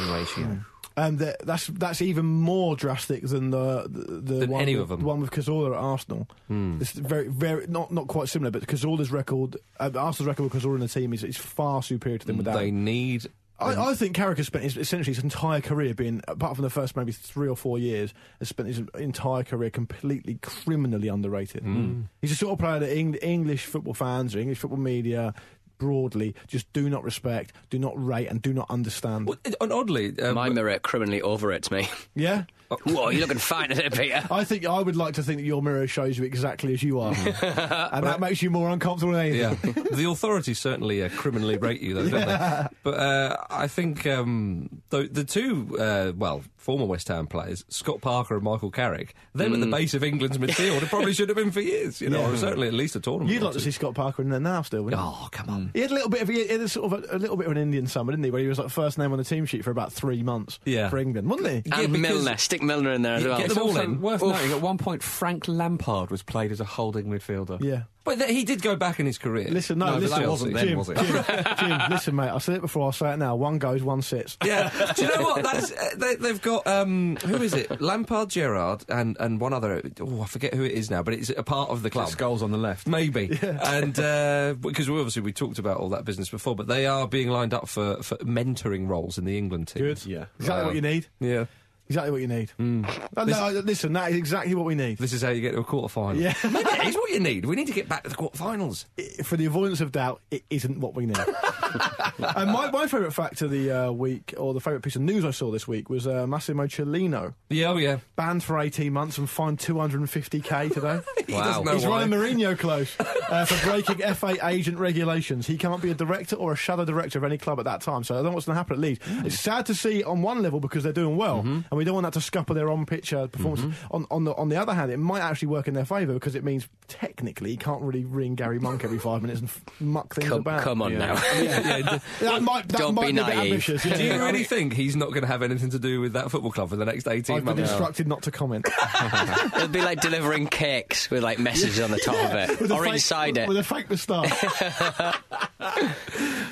Speaker 1: win ratio.
Speaker 2: Um, that, that's that's even more drastic than the the, the
Speaker 1: Than
Speaker 2: one
Speaker 1: any
Speaker 2: with,
Speaker 1: of them. Hmm.
Speaker 2: The one with Cazorla at Arsenal. It's very very not not quite similar, but Cazorla's record, uh, Arsenal's record with Cazorla in the team is, is far superior to them without.
Speaker 1: Mm, They need.
Speaker 2: I, I think Carrick has spent his, essentially his entire career being, apart from the first maybe three or four years, has spent his entire career completely criminally underrated.
Speaker 1: Hmm.
Speaker 2: Mm. He's the sort of player that Eng- English football fans or English football media broadly just do not respect, do not rate, and do not understand.
Speaker 1: Well, and oddly, um,
Speaker 3: My mirror criminally overrates me.
Speaker 2: Yeah,
Speaker 3: Whoa, you're looking fine today, Peter.
Speaker 2: I think I would like to think that your mirror shows you exactly as you are, and that makes you more uncomfortable than anything.
Speaker 1: yeah. the authorities certainly uh, criminally rate you, though, don't they? But uh, I think um, the, the two, uh, well, former West Ham players, Scott Parker and Michael Carrick, them
Speaker 2: Mm.
Speaker 1: at the base of England's midfield, it probably should have been for years, you know, or certainly at least a tournament.
Speaker 2: You'd
Speaker 1: or
Speaker 2: like to
Speaker 1: two.
Speaker 2: see Scott Parker in there now, still, wouldn't you?
Speaker 1: Oh, come on.
Speaker 2: He had a little bit of he had a sort of a, a little bit of an Indian summer, didn't he? Where he was like first name on the team sheet for about three months
Speaker 1: Yeah.
Speaker 2: for England, wasn't he?
Speaker 1: Yeah,
Speaker 3: and
Speaker 1: because-
Speaker 3: Milner. Stick Milner in there as
Speaker 1: Yeah,
Speaker 3: well.
Speaker 1: get
Speaker 4: It's
Speaker 1: them all
Speaker 4: also
Speaker 1: in.
Speaker 4: worth
Speaker 1: Oof.
Speaker 4: noting, at one point, Frank Lampard was played as a holding midfielder.
Speaker 2: Yeah.
Speaker 1: But th- he did go back in his career.
Speaker 2: Listen, no,
Speaker 4: No, but
Speaker 2: listen,
Speaker 4: that wasn't
Speaker 2: Jim,
Speaker 4: then, was it?
Speaker 2: Jim, Jim, listen, mate. I said it before. I will say it now. One goes, one sits.
Speaker 1: Yeah. Do you know what? That's, uh, they, they've got um, who is it? Lampard, Gerrard, and and one other. Oh, I forget who it is now, but it's a part of the club.
Speaker 4: Skulls on the left.
Speaker 1: Maybe, and uh, because we obviously we talked about all that business before, but they are being lined up for, for mentoring roles in the England team. Um,
Speaker 2: Good.
Speaker 4: Yeah. Hmm.
Speaker 2: Exactly what you need.
Speaker 1: Yeah,
Speaker 2: Exactly what you need. No, no, listen, that is exactly what we need.
Speaker 1: this is how you get to a quarter final.
Speaker 2: Yeah.
Speaker 1: Maybe that is what you need. We need to get back to the quarter finals.
Speaker 2: I- for the avoidance of doubt, it isn't what we need. and my, my favourite fact of the uh, week, or the favourite piece of news I saw this week, was uh, Massimo Cellino,
Speaker 1: Yeah, oh yeah.
Speaker 2: banned for 18 months and fined 250k today.
Speaker 1: He doesn't know
Speaker 2: He's
Speaker 1: why.
Speaker 2: running Mourinho close uh, for breaking FA agent regulations. He can't be a director or a shadow director of any club at that time. So I don't know what's going to happen at Leeds.
Speaker 3: Hmm.
Speaker 2: It's sad to see on one level because they're doing well,
Speaker 3: Mm-hmm.
Speaker 2: and we don't want that to scupper their on-pitch uh, performance. On, on the on the other hand, it might actually work in their favour because it means technically he can't really ring Gary Monk every five minutes and f- muck things
Speaker 3: Come,
Speaker 2: about.
Speaker 3: come on now.
Speaker 2: That might, that
Speaker 3: Don't
Speaker 2: might
Speaker 3: be
Speaker 2: a bit
Speaker 3: naive.
Speaker 2: ambitious. yeah.
Speaker 1: Do you really think he's not going to have anything to do with that football club for the next eighteen
Speaker 2: I've been
Speaker 1: months?
Speaker 2: instructed not to comment.
Speaker 3: It'd be like delivering cakes with like messages on the top of
Speaker 2: With
Speaker 3: it
Speaker 2: a
Speaker 3: or
Speaker 2: fake-
Speaker 3: inside it.
Speaker 2: With a fake moustache.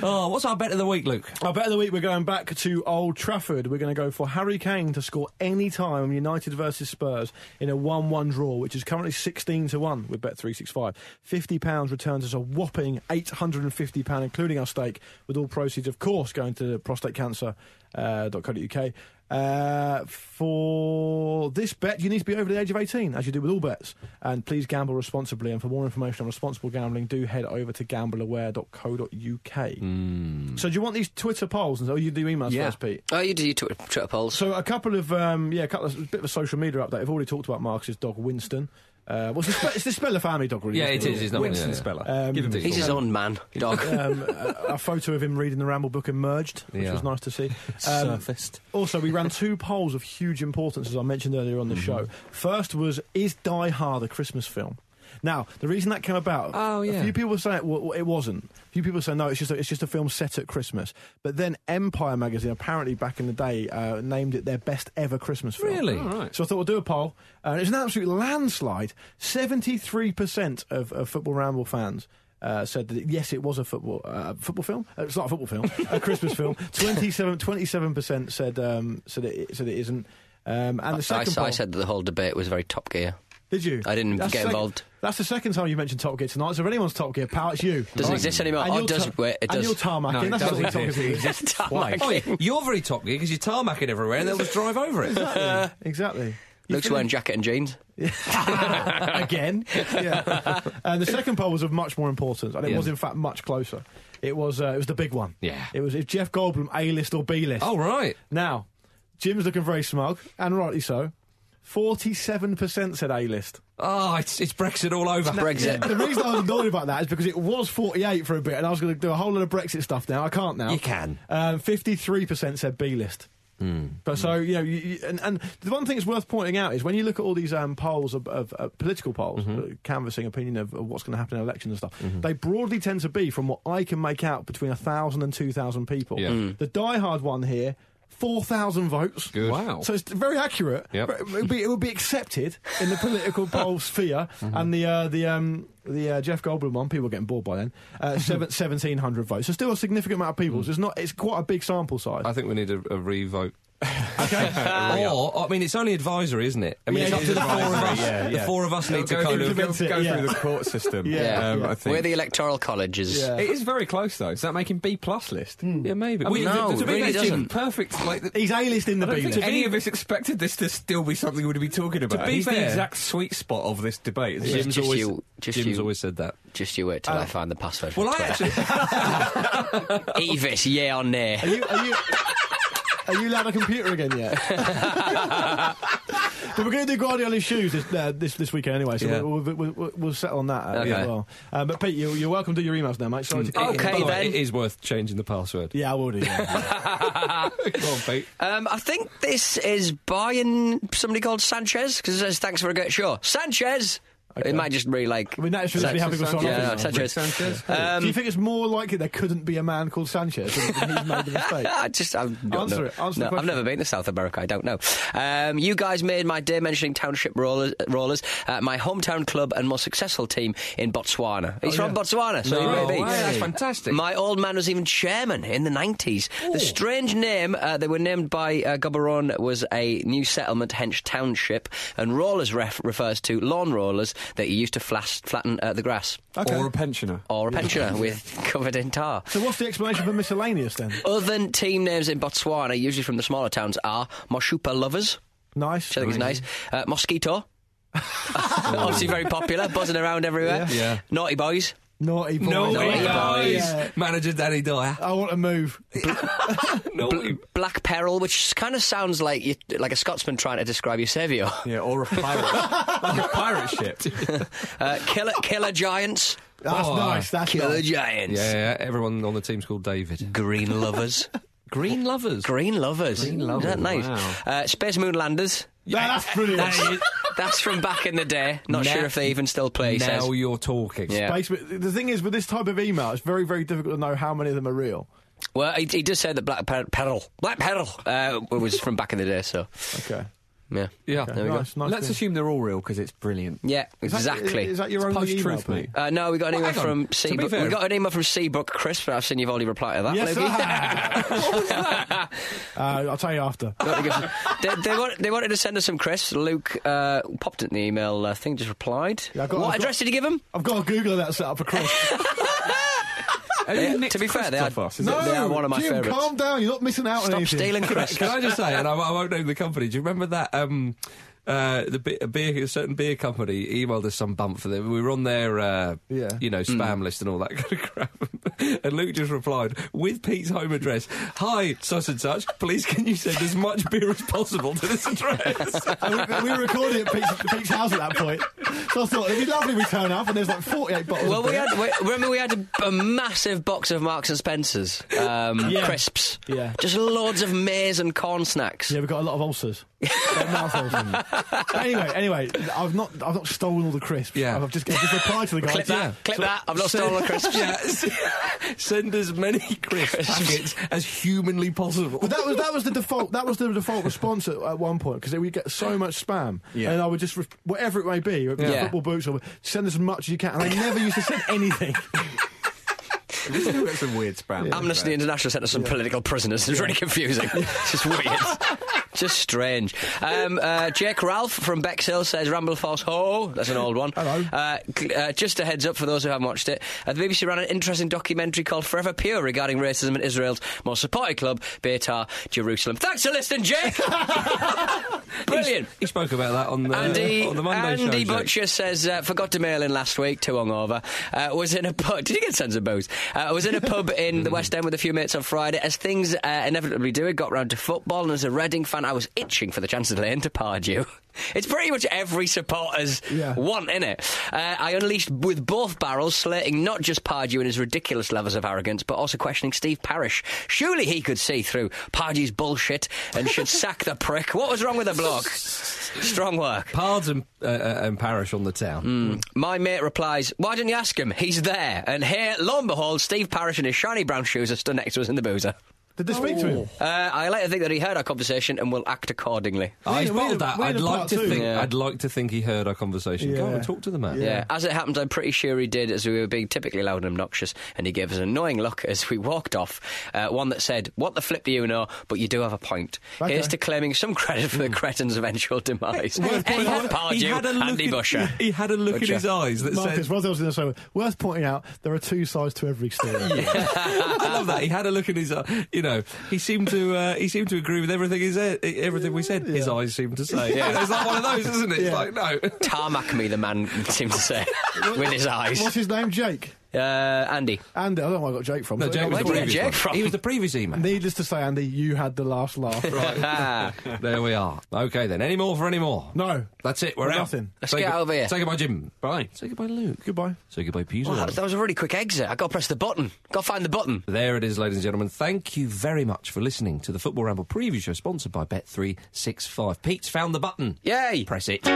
Speaker 1: Oh, what's our bet of the week, Luke?
Speaker 2: Our bet of the week, we're going back to Old Trafford. We're going to go for Harry Kane to score any time United versus Spurs in a 1 1 draw, which is currently 16 to 1 with Bet365. £50 returns us a whopping £850, including our stake, with all proceeds, of course, going to prostatecancer.co.uk. Uh, for this bet, you need to be over the age of 18, as you do with all bets. And please gamble responsibly. And for more information on responsible gambling, do head over to gambleaware.co.uk. So do you want these Twitter polls? And so you do emails
Speaker 4: Yeah.
Speaker 2: first, Pete.
Speaker 3: Oh, you do your Twitter, Twitter polls.
Speaker 2: So a couple of um, yeah, a couple of a bit of a social media update. I've already talked about Marcus's dog Winston. Uh, what's the spe- it's the Speller family dog, really?
Speaker 1: Yeah, it
Speaker 2: isn't
Speaker 1: is. It's not
Speaker 4: Winston
Speaker 1: yeah, yeah.
Speaker 4: Speller.
Speaker 2: Um,
Speaker 1: Give him
Speaker 3: He's his own man, dog.
Speaker 2: Um, a, a photo of him reading the Ramble book emerged, which
Speaker 1: Yeah.
Speaker 2: was nice to see. Um,
Speaker 4: Surfaced.
Speaker 2: also, we ran two polls of huge importance, as I mentioned earlier
Speaker 1: Mm-hmm.
Speaker 2: on the show. First was Is Die Hard a Christmas film? Now, the reason that came about,
Speaker 1: Oh, yeah.
Speaker 2: a few people were saying it, well, it wasn't. A few people say no, it's just a, it's just a film set at Christmas. But then Empire magazine, apparently back in the day, uh, named it their best ever Christmas film. Mm.
Speaker 1: Really?
Speaker 4: All right.
Speaker 2: So I thought we'll do a poll. Uh, it's an absolute landslide. 73% of, of Football Ramble fans uh, said that, yes, it was a football uh, football film. Uh, it's not a football film, a Christmas film. 27, 27% said, um, said, it, said it isn't. Um, and the
Speaker 3: I,
Speaker 2: second
Speaker 3: I
Speaker 2: poll-
Speaker 3: said that the whole debate was very Top Gear.
Speaker 2: did you?
Speaker 3: I didn't get
Speaker 2: the second-
Speaker 3: involved.
Speaker 2: That's the second time you mentioned Top Gear tonight. So if anyone's Top Gear, pal, it's you.
Speaker 3: Doesn't exist anymore.
Speaker 2: And
Speaker 3: Oh,
Speaker 2: you're
Speaker 3: does-
Speaker 2: ta-
Speaker 3: wait, it
Speaker 2: and
Speaker 3: does.
Speaker 2: you're tarmacking.
Speaker 4: No, it
Speaker 2: That's
Speaker 4: doesn't
Speaker 2: what we're
Speaker 4: exist.
Speaker 2: talking
Speaker 4: It
Speaker 2: about.
Speaker 4: exists
Speaker 3: Top
Speaker 4: twice.
Speaker 1: Oh, yeah. You're very top gear because you're tarmacking everywhere and they'll just drive over it.
Speaker 2: Exactly.
Speaker 3: Luke's wearing jacket and jeans.
Speaker 2: again. Yeah. And the second poll was of much more importance, and it
Speaker 1: Yeah.
Speaker 2: was in fact much closer. It was uh, it was the big one.
Speaker 1: Yeah.
Speaker 2: It was if Jeff Goldblum A list or B list.
Speaker 1: Oh, right.
Speaker 2: Now, Jim's looking very smug, and rightly so. Forty-seven percent said A list.
Speaker 1: Oh, it's, it's Brexit all over.
Speaker 3: Brexit.
Speaker 2: The reason I was annoyed about that is because it was forty-eight for a bit, and I was going to do a whole lot of Brexit stuff. Now I can't. Now
Speaker 1: You can.
Speaker 2: Um, Fifty-three percent said B list. But so
Speaker 1: Mm.
Speaker 2: you know, you, you, and, and the one thing that's worth pointing out is when you look at all these um, polls of, of, uh political polls,
Speaker 1: Mm-hmm.
Speaker 2: uh, canvassing opinion of, of what's going to happen in elections and stuff, they broadly tend to be, from what I can make out, between thousand and two thousand people.
Speaker 1: Yeah. Mm.
Speaker 2: The diehard one here. 4,000 votes.
Speaker 1: Good.
Speaker 4: Wow.
Speaker 2: So it's very accurate.
Speaker 1: Yep.
Speaker 2: But It, would be, it would be accepted in the political poll sphere.
Speaker 1: Mm-hmm.
Speaker 2: And the uh, the um, the uh, Jeff Goldblum one, people are getting bored by then, uh, seven, 1,700 votes. So still a significant amount of people. So it's, not, it's quite a big sample size.
Speaker 1: Mm. I think we need a, a re-vote. okay. or, I mean, it's only advisory, isn't it? I mean,
Speaker 2: Yeah,
Speaker 1: it's up
Speaker 2: it
Speaker 1: to
Speaker 2: is
Speaker 1: the four of
Speaker 2: advisory,
Speaker 1: us.
Speaker 4: yeah,
Speaker 1: The
Speaker 4: yeah.
Speaker 1: four of us need to
Speaker 4: go
Speaker 1: kind
Speaker 4: through,
Speaker 1: of.
Speaker 2: implement it,
Speaker 4: go
Speaker 2: yeah.
Speaker 4: through the court system.
Speaker 2: Yeah,
Speaker 4: um,
Speaker 2: yeah.
Speaker 4: I
Speaker 3: We're
Speaker 4: think.
Speaker 3: the electoral colleges.
Speaker 2: Yeah.
Speaker 4: it is very close though. Does that make him B plus list?
Speaker 1: Yeah, maybe.
Speaker 4: I mean,
Speaker 3: no,
Speaker 4: to- to
Speaker 3: it
Speaker 4: be
Speaker 3: really
Speaker 4: honest, Jim,
Speaker 3: doesn't.
Speaker 4: Perfect. Like the,
Speaker 2: He's A list in the
Speaker 4: I
Speaker 2: B
Speaker 4: don't think
Speaker 2: list.
Speaker 4: any of us expected this to still be something we'd be talking about.
Speaker 1: be
Speaker 4: He's the
Speaker 1: fair-
Speaker 4: exact sweet spot of this debate. isn't
Speaker 1: Jim's,
Speaker 3: Just
Speaker 1: always,
Speaker 3: you- just
Speaker 1: Jim's
Speaker 3: you.
Speaker 1: always said that.
Speaker 3: Just you wait till
Speaker 2: Um,
Speaker 3: I find the password.
Speaker 1: Well,
Speaker 3: for
Speaker 1: I
Speaker 3: Twitter.
Speaker 1: actually.
Speaker 3: Evis, yeah or nay?
Speaker 2: Are you, are you, Are you allowed a computer again yet? but we're going to do Guardiola's shoes this, uh, this this weekend anyway, so
Speaker 1: Yeah.
Speaker 2: we'll, we'll, we'll, we'll settle on that uh,
Speaker 3: Okay.
Speaker 2: as well. Um, but Pete, you, you're welcome to your emails now, mate. Sorry to cut you
Speaker 3: Okay,
Speaker 1: By the way,
Speaker 3: then.
Speaker 1: it is worth changing the password.
Speaker 2: Yeah, I will do. Yeah.
Speaker 1: Go on, Pete.
Speaker 3: Um, I think this is buying somebody called Sanchez because it says thanks for a great show. Sanchez. It might just really like.
Speaker 2: I mean, that should just be how people sign
Speaker 3: Yeah,
Speaker 2: off.
Speaker 3: Sanchez.
Speaker 4: Sanchez.
Speaker 2: Do you think it's more likely there couldn't be a man called Sanchez than he's made the mistake?
Speaker 3: I just I don't
Speaker 2: Answer
Speaker 3: know.
Speaker 2: it, answer the
Speaker 3: no, I've
Speaker 2: question.
Speaker 3: never been to South America. I don't know. Um, you guys made my day mentioning township rollers, rollers uh, my hometown club and most successful team in Botswana.
Speaker 2: Oh,
Speaker 3: He's from Botswana, so
Speaker 1: No
Speaker 3: he may be.
Speaker 1: way, that's fantastic.
Speaker 3: My old man was even chairman in the 90s. The strange name uh, they were named by uh, Gaborone was a new settlement, hence township, and rollers ref- refers to lawn rollers that you used to flas- flatten uh, the grass.
Speaker 4: Or a pensioner.
Speaker 3: Or a pensioner with covered in tar.
Speaker 2: So what's the explanation for miscellaneous then?
Speaker 3: Other team names in Botswana, usually from the smaller towns, are Moshupa Lovers,
Speaker 2: Nice.
Speaker 3: which I think is nice. Uh, Mosquito, obviously very popular, buzzing around everywhere.
Speaker 1: Yeah. Yeah.
Speaker 3: Naughty Boys.
Speaker 2: Naughty boys.
Speaker 1: No,
Speaker 3: Naughty
Speaker 1: way, guys.
Speaker 2: Yeah.
Speaker 1: Manager Danny Dyer.
Speaker 2: I want to move.
Speaker 1: No,
Speaker 3: Bl- Black Peril, which kind of sounds like you, like a Scotsman trying to describe Eusebio.
Speaker 4: Yeah, or a pirate. like a pirate ship.
Speaker 3: Uh, killer, killer Giants.
Speaker 2: That's
Speaker 1: Oh,
Speaker 2: nice. That's
Speaker 3: Killer
Speaker 2: nice.
Speaker 3: Giants.
Speaker 1: yeah, yeah, everyone on the team's called David.
Speaker 3: Green Lovers.
Speaker 1: Green lovers.
Speaker 3: Green Lovers. Green Lovers. Isn't that nice?
Speaker 4: wow.
Speaker 3: Uh, Space Moon Landers.
Speaker 2: Yeah, that's brilliant.
Speaker 3: That's, that's from back in the day. Not
Speaker 1: Now-
Speaker 3: sure if they even still play. he
Speaker 1: now
Speaker 3: says.
Speaker 1: you're talking.
Speaker 3: Yeah.
Speaker 2: Basement. The thing is, with this type of email, it's very, very difficult to know how many of them are real.
Speaker 3: Well, he, he does say that Black Per- Peril, Black Peril, uh, was from back in the day. So,
Speaker 2: Okay.
Speaker 3: yeah,
Speaker 1: Yeah.
Speaker 2: Okay,
Speaker 1: There we go.
Speaker 2: nice, nice
Speaker 4: Let's
Speaker 2: thing.
Speaker 4: assume they're all real because it's brilliant.
Speaker 3: yeah,
Speaker 2: Is that-
Speaker 3: exactly.
Speaker 2: Is that your own
Speaker 4: Post
Speaker 2: email,
Speaker 4: truth,
Speaker 2: Pete?
Speaker 4: mate.
Speaker 3: uh, no, we got an email
Speaker 1: hang on.
Speaker 3: from
Speaker 1: To be
Speaker 3: Seabrook.
Speaker 1: fair-
Speaker 3: We got an email from Seabrook Chris, but I've seen you've already replied to that.
Speaker 2: Yes,
Speaker 3: Lukey.
Speaker 2: I have. uh, I'll tell you after.
Speaker 3: Got to give- they, they, want, they wanted to send us some Chris. Luke uh, popped it in the email uh, thing, just replied.
Speaker 2: Yeah, I've got-
Speaker 3: what
Speaker 2: I've got-
Speaker 3: address did he give him?
Speaker 2: I've got a Google that set up for Chris.
Speaker 3: to be fair, they are,
Speaker 4: Christophos, is
Speaker 3: they
Speaker 2: no,
Speaker 3: are one of my
Speaker 2: Jim,
Speaker 3: favourites.
Speaker 2: calm down. You're not missing out on
Speaker 3: Stop
Speaker 2: anything.
Speaker 3: stealing Chris.
Speaker 1: Can I just say, and I, I won't name the company. Do you remember that? Um, uh, the be- a beer, a certain beer company emailed us some bump for them. We were on their, uh,
Speaker 2: Yeah.
Speaker 1: you know,
Speaker 3: Hmm.
Speaker 1: spam list and all that kind of crap. and Luke just replied with Pete's home address. Hi, such and such. Please, can you send as much beer as possible to this address?
Speaker 2: And we, we were recording at Pete's, Pete's house at that point, so I thought it'd be lovely we turn up and there's like 48 bottles.
Speaker 3: Well,
Speaker 2: of
Speaker 3: we
Speaker 2: beer.
Speaker 3: had we, remember we had a, a massive box of Marks and Spencers um,
Speaker 2: Yeah.
Speaker 3: crisps,
Speaker 2: Yeah.
Speaker 3: just loads of maize and corn snacks.
Speaker 2: Yeah, we've got a lot of ulcers. Like mouth ulcers. anyway, anyway, I've not, I've not stolen all the crisps.
Speaker 1: Yeah.
Speaker 2: I've just, I've just replied to the guy.
Speaker 3: Clip
Speaker 1: Yeah.
Speaker 3: that! Clip
Speaker 1: So-
Speaker 3: that! I've not stolen crisps.
Speaker 1: yeah, s- send as many crisp packets as humanly possible.
Speaker 2: But that was that was the default. That was the default response at, at one point because we get so much spam,
Speaker 4: Yeah.
Speaker 2: and I would just re- whatever it may be, whether it be
Speaker 3: Yeah.
Speaker 2: football boots or send as much as you can. And I never used to send anything.
Speaker 4: We still get some weird spam.
Speaker 3: Amnesty International sent us some political prisoners. It's really confusing. it's just weird. Just strange. Um, uh, Jake Ralph from Bexhill says Ramble False Ho. That's an old one.
Speaker 2: Hello.
Speaker 3: Uh, cl- uh, just a heads up for those who haven't watched it. Uh, the BBC ran an interesting documentary called Forever Pure regarding racism in Israel's most supported club, Beitar Jerusalem. Thanks for listening, Jake. Brilliant.
Speaker 1: He spoke about that on the,
Speaker 3: Andy,
Speaker 1: on the Monday
Speaker 3: Andy
Speaker 1: show. Jake.
Speaker 3: Butcher says uh, forgot to mail in last week, too hungover. Uh, was in a pub. Did you get sons of bows? Uh, was in a pub in the West End with a few mates on Friday. As things uh, inevitably do, it got round to football, and as a Reading fan, I was itching for the chance of laying to Pardew. It's pretty much every supporter's
Speaker 2: Yeah.
Speaker 3: want, is it? Uh, I unleashed with both barrels, slating not just Pardew and his ridiculous levels of arrogance, but also questioning Steve Parish. Surely he could see through Pardew's bullshit and should sack the prick. What was wrong with the bloke? Strong work.
Speaker 1: Pards and, uh, uh, and Parish on the town.
Speaker 3: Hmm. My mate replies, Why didn't you ask him? He's there. And here, lo and behold, Steve Parrish in his shiny brown shoes are stood next to us in the boozer.
Speaker 2: Did they speak to
Speaker 1: Oh.
Speaker 2: him?
Speaker 3: Uh, I later think that he heard our conversation and will act accordingly.
Speaker 1: I
Speaker 2: We- we-
Speaker 1: spotted Oh, that.
Speaker 2: we had
Speaker 1: I'd
Speaker 2: a
Speaker 1: like
Speaker 2: part
Speaker 1: to
Speaker 2: two.
Speaker 1: think.
Speaker 3: Yeah.
Speaker 1: I'd like to think he heard our conversation. Go on
Speaker 2: Yeah.
Speaker 1: and talk to the man.
Speaker 3: Yeah. as it happens, I'm pretty sure he did, as we were being typically loud and obnoxious, and he gave us an annoying look as we walked off. Uh, one that said, What the flip do you know? But you do have a point.
Speaker 2: Okay.
Speaker 3: Here's to claiming some credit for the cretin's eventual demise.
Speaker 2: Worth
Speaker 3: Hey,
Speaker 2: pointing
Speaker 3: Bob
Speaker 2: out-
Speaker 3: Pardew, Andy
Speaker 1: in,
Speaker 3: Busher.
Speaker 1: He had a look
Speaker 3: Butcher.
Speaker 1: in his eyes that
Speaker 2: Marcus,
Speaker 1: said.
Speaker 2: what else is there to say? Worth pointing out, there are two sides to every story.
Speaker 1: I love that. He had a look in his eye. You know, he seemed to. Uh, he seemed to agree with everything he said. Everything we said. His
Speaker 2: Yeah.
Speaker 1: eyes seemed to say.
Speaker 3: Yeah.
Speaker 1: It's like one of those, isn't it? It's
Speaker 2: Yeah.
Speaker 1: like no.
Speaker 3: Tarmac me, the man seemed to say, with his eyes.
Speaker 2: What's his name? Jake.
Speaker 3: Uh, Andy.
Speaker 2: Andy, I don't know where I got Jake from.
Speaker 1: No,
Speaker 2: So-
Speaker 1: Jake was
Speaker 3: Where
Speaker 1: the
Speaker 3: did you get
Speaker 1: previous
Speaker 3: Jake
Speaker 1: one.
Speaker 3: from?
Speaker 1: He was the previous email.
Speaker 2: Needless to say, Andy, you had the last laugh.
Speaker 3: Ah,
Speaker 1: There we are. Okay then. Any more for any more?
Speaker 2: No.
Speaker 1: That's it. We're
Speaker 2: Well,
Speaker 1: out.
Speaker 2: nothing.
Speaker 3: Let's
Speaker 1: Say
Speaker 3: get
Speaker 1: good-
Speaker 3: out of here.
Speaker 1: Say goodbye, Jim.
Speaker 4: Bye.
Speaker 1: Say goodbye, Luke.
Speaker 2: Goodbye.
Speaker 1: Say goodbye, Peter.
Speaker 3: well, that, that was a really quick exit. I got to press the button. Got to find the button.
Speaker 1: There it is, ladies and gentlemen. Thank you very much for listening to the Football Ramble preview show sponsored by Bet365. Pete's found the button.
Speaker 3: Yay!
Speaker 1: Press it.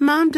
Speaker 6: Mom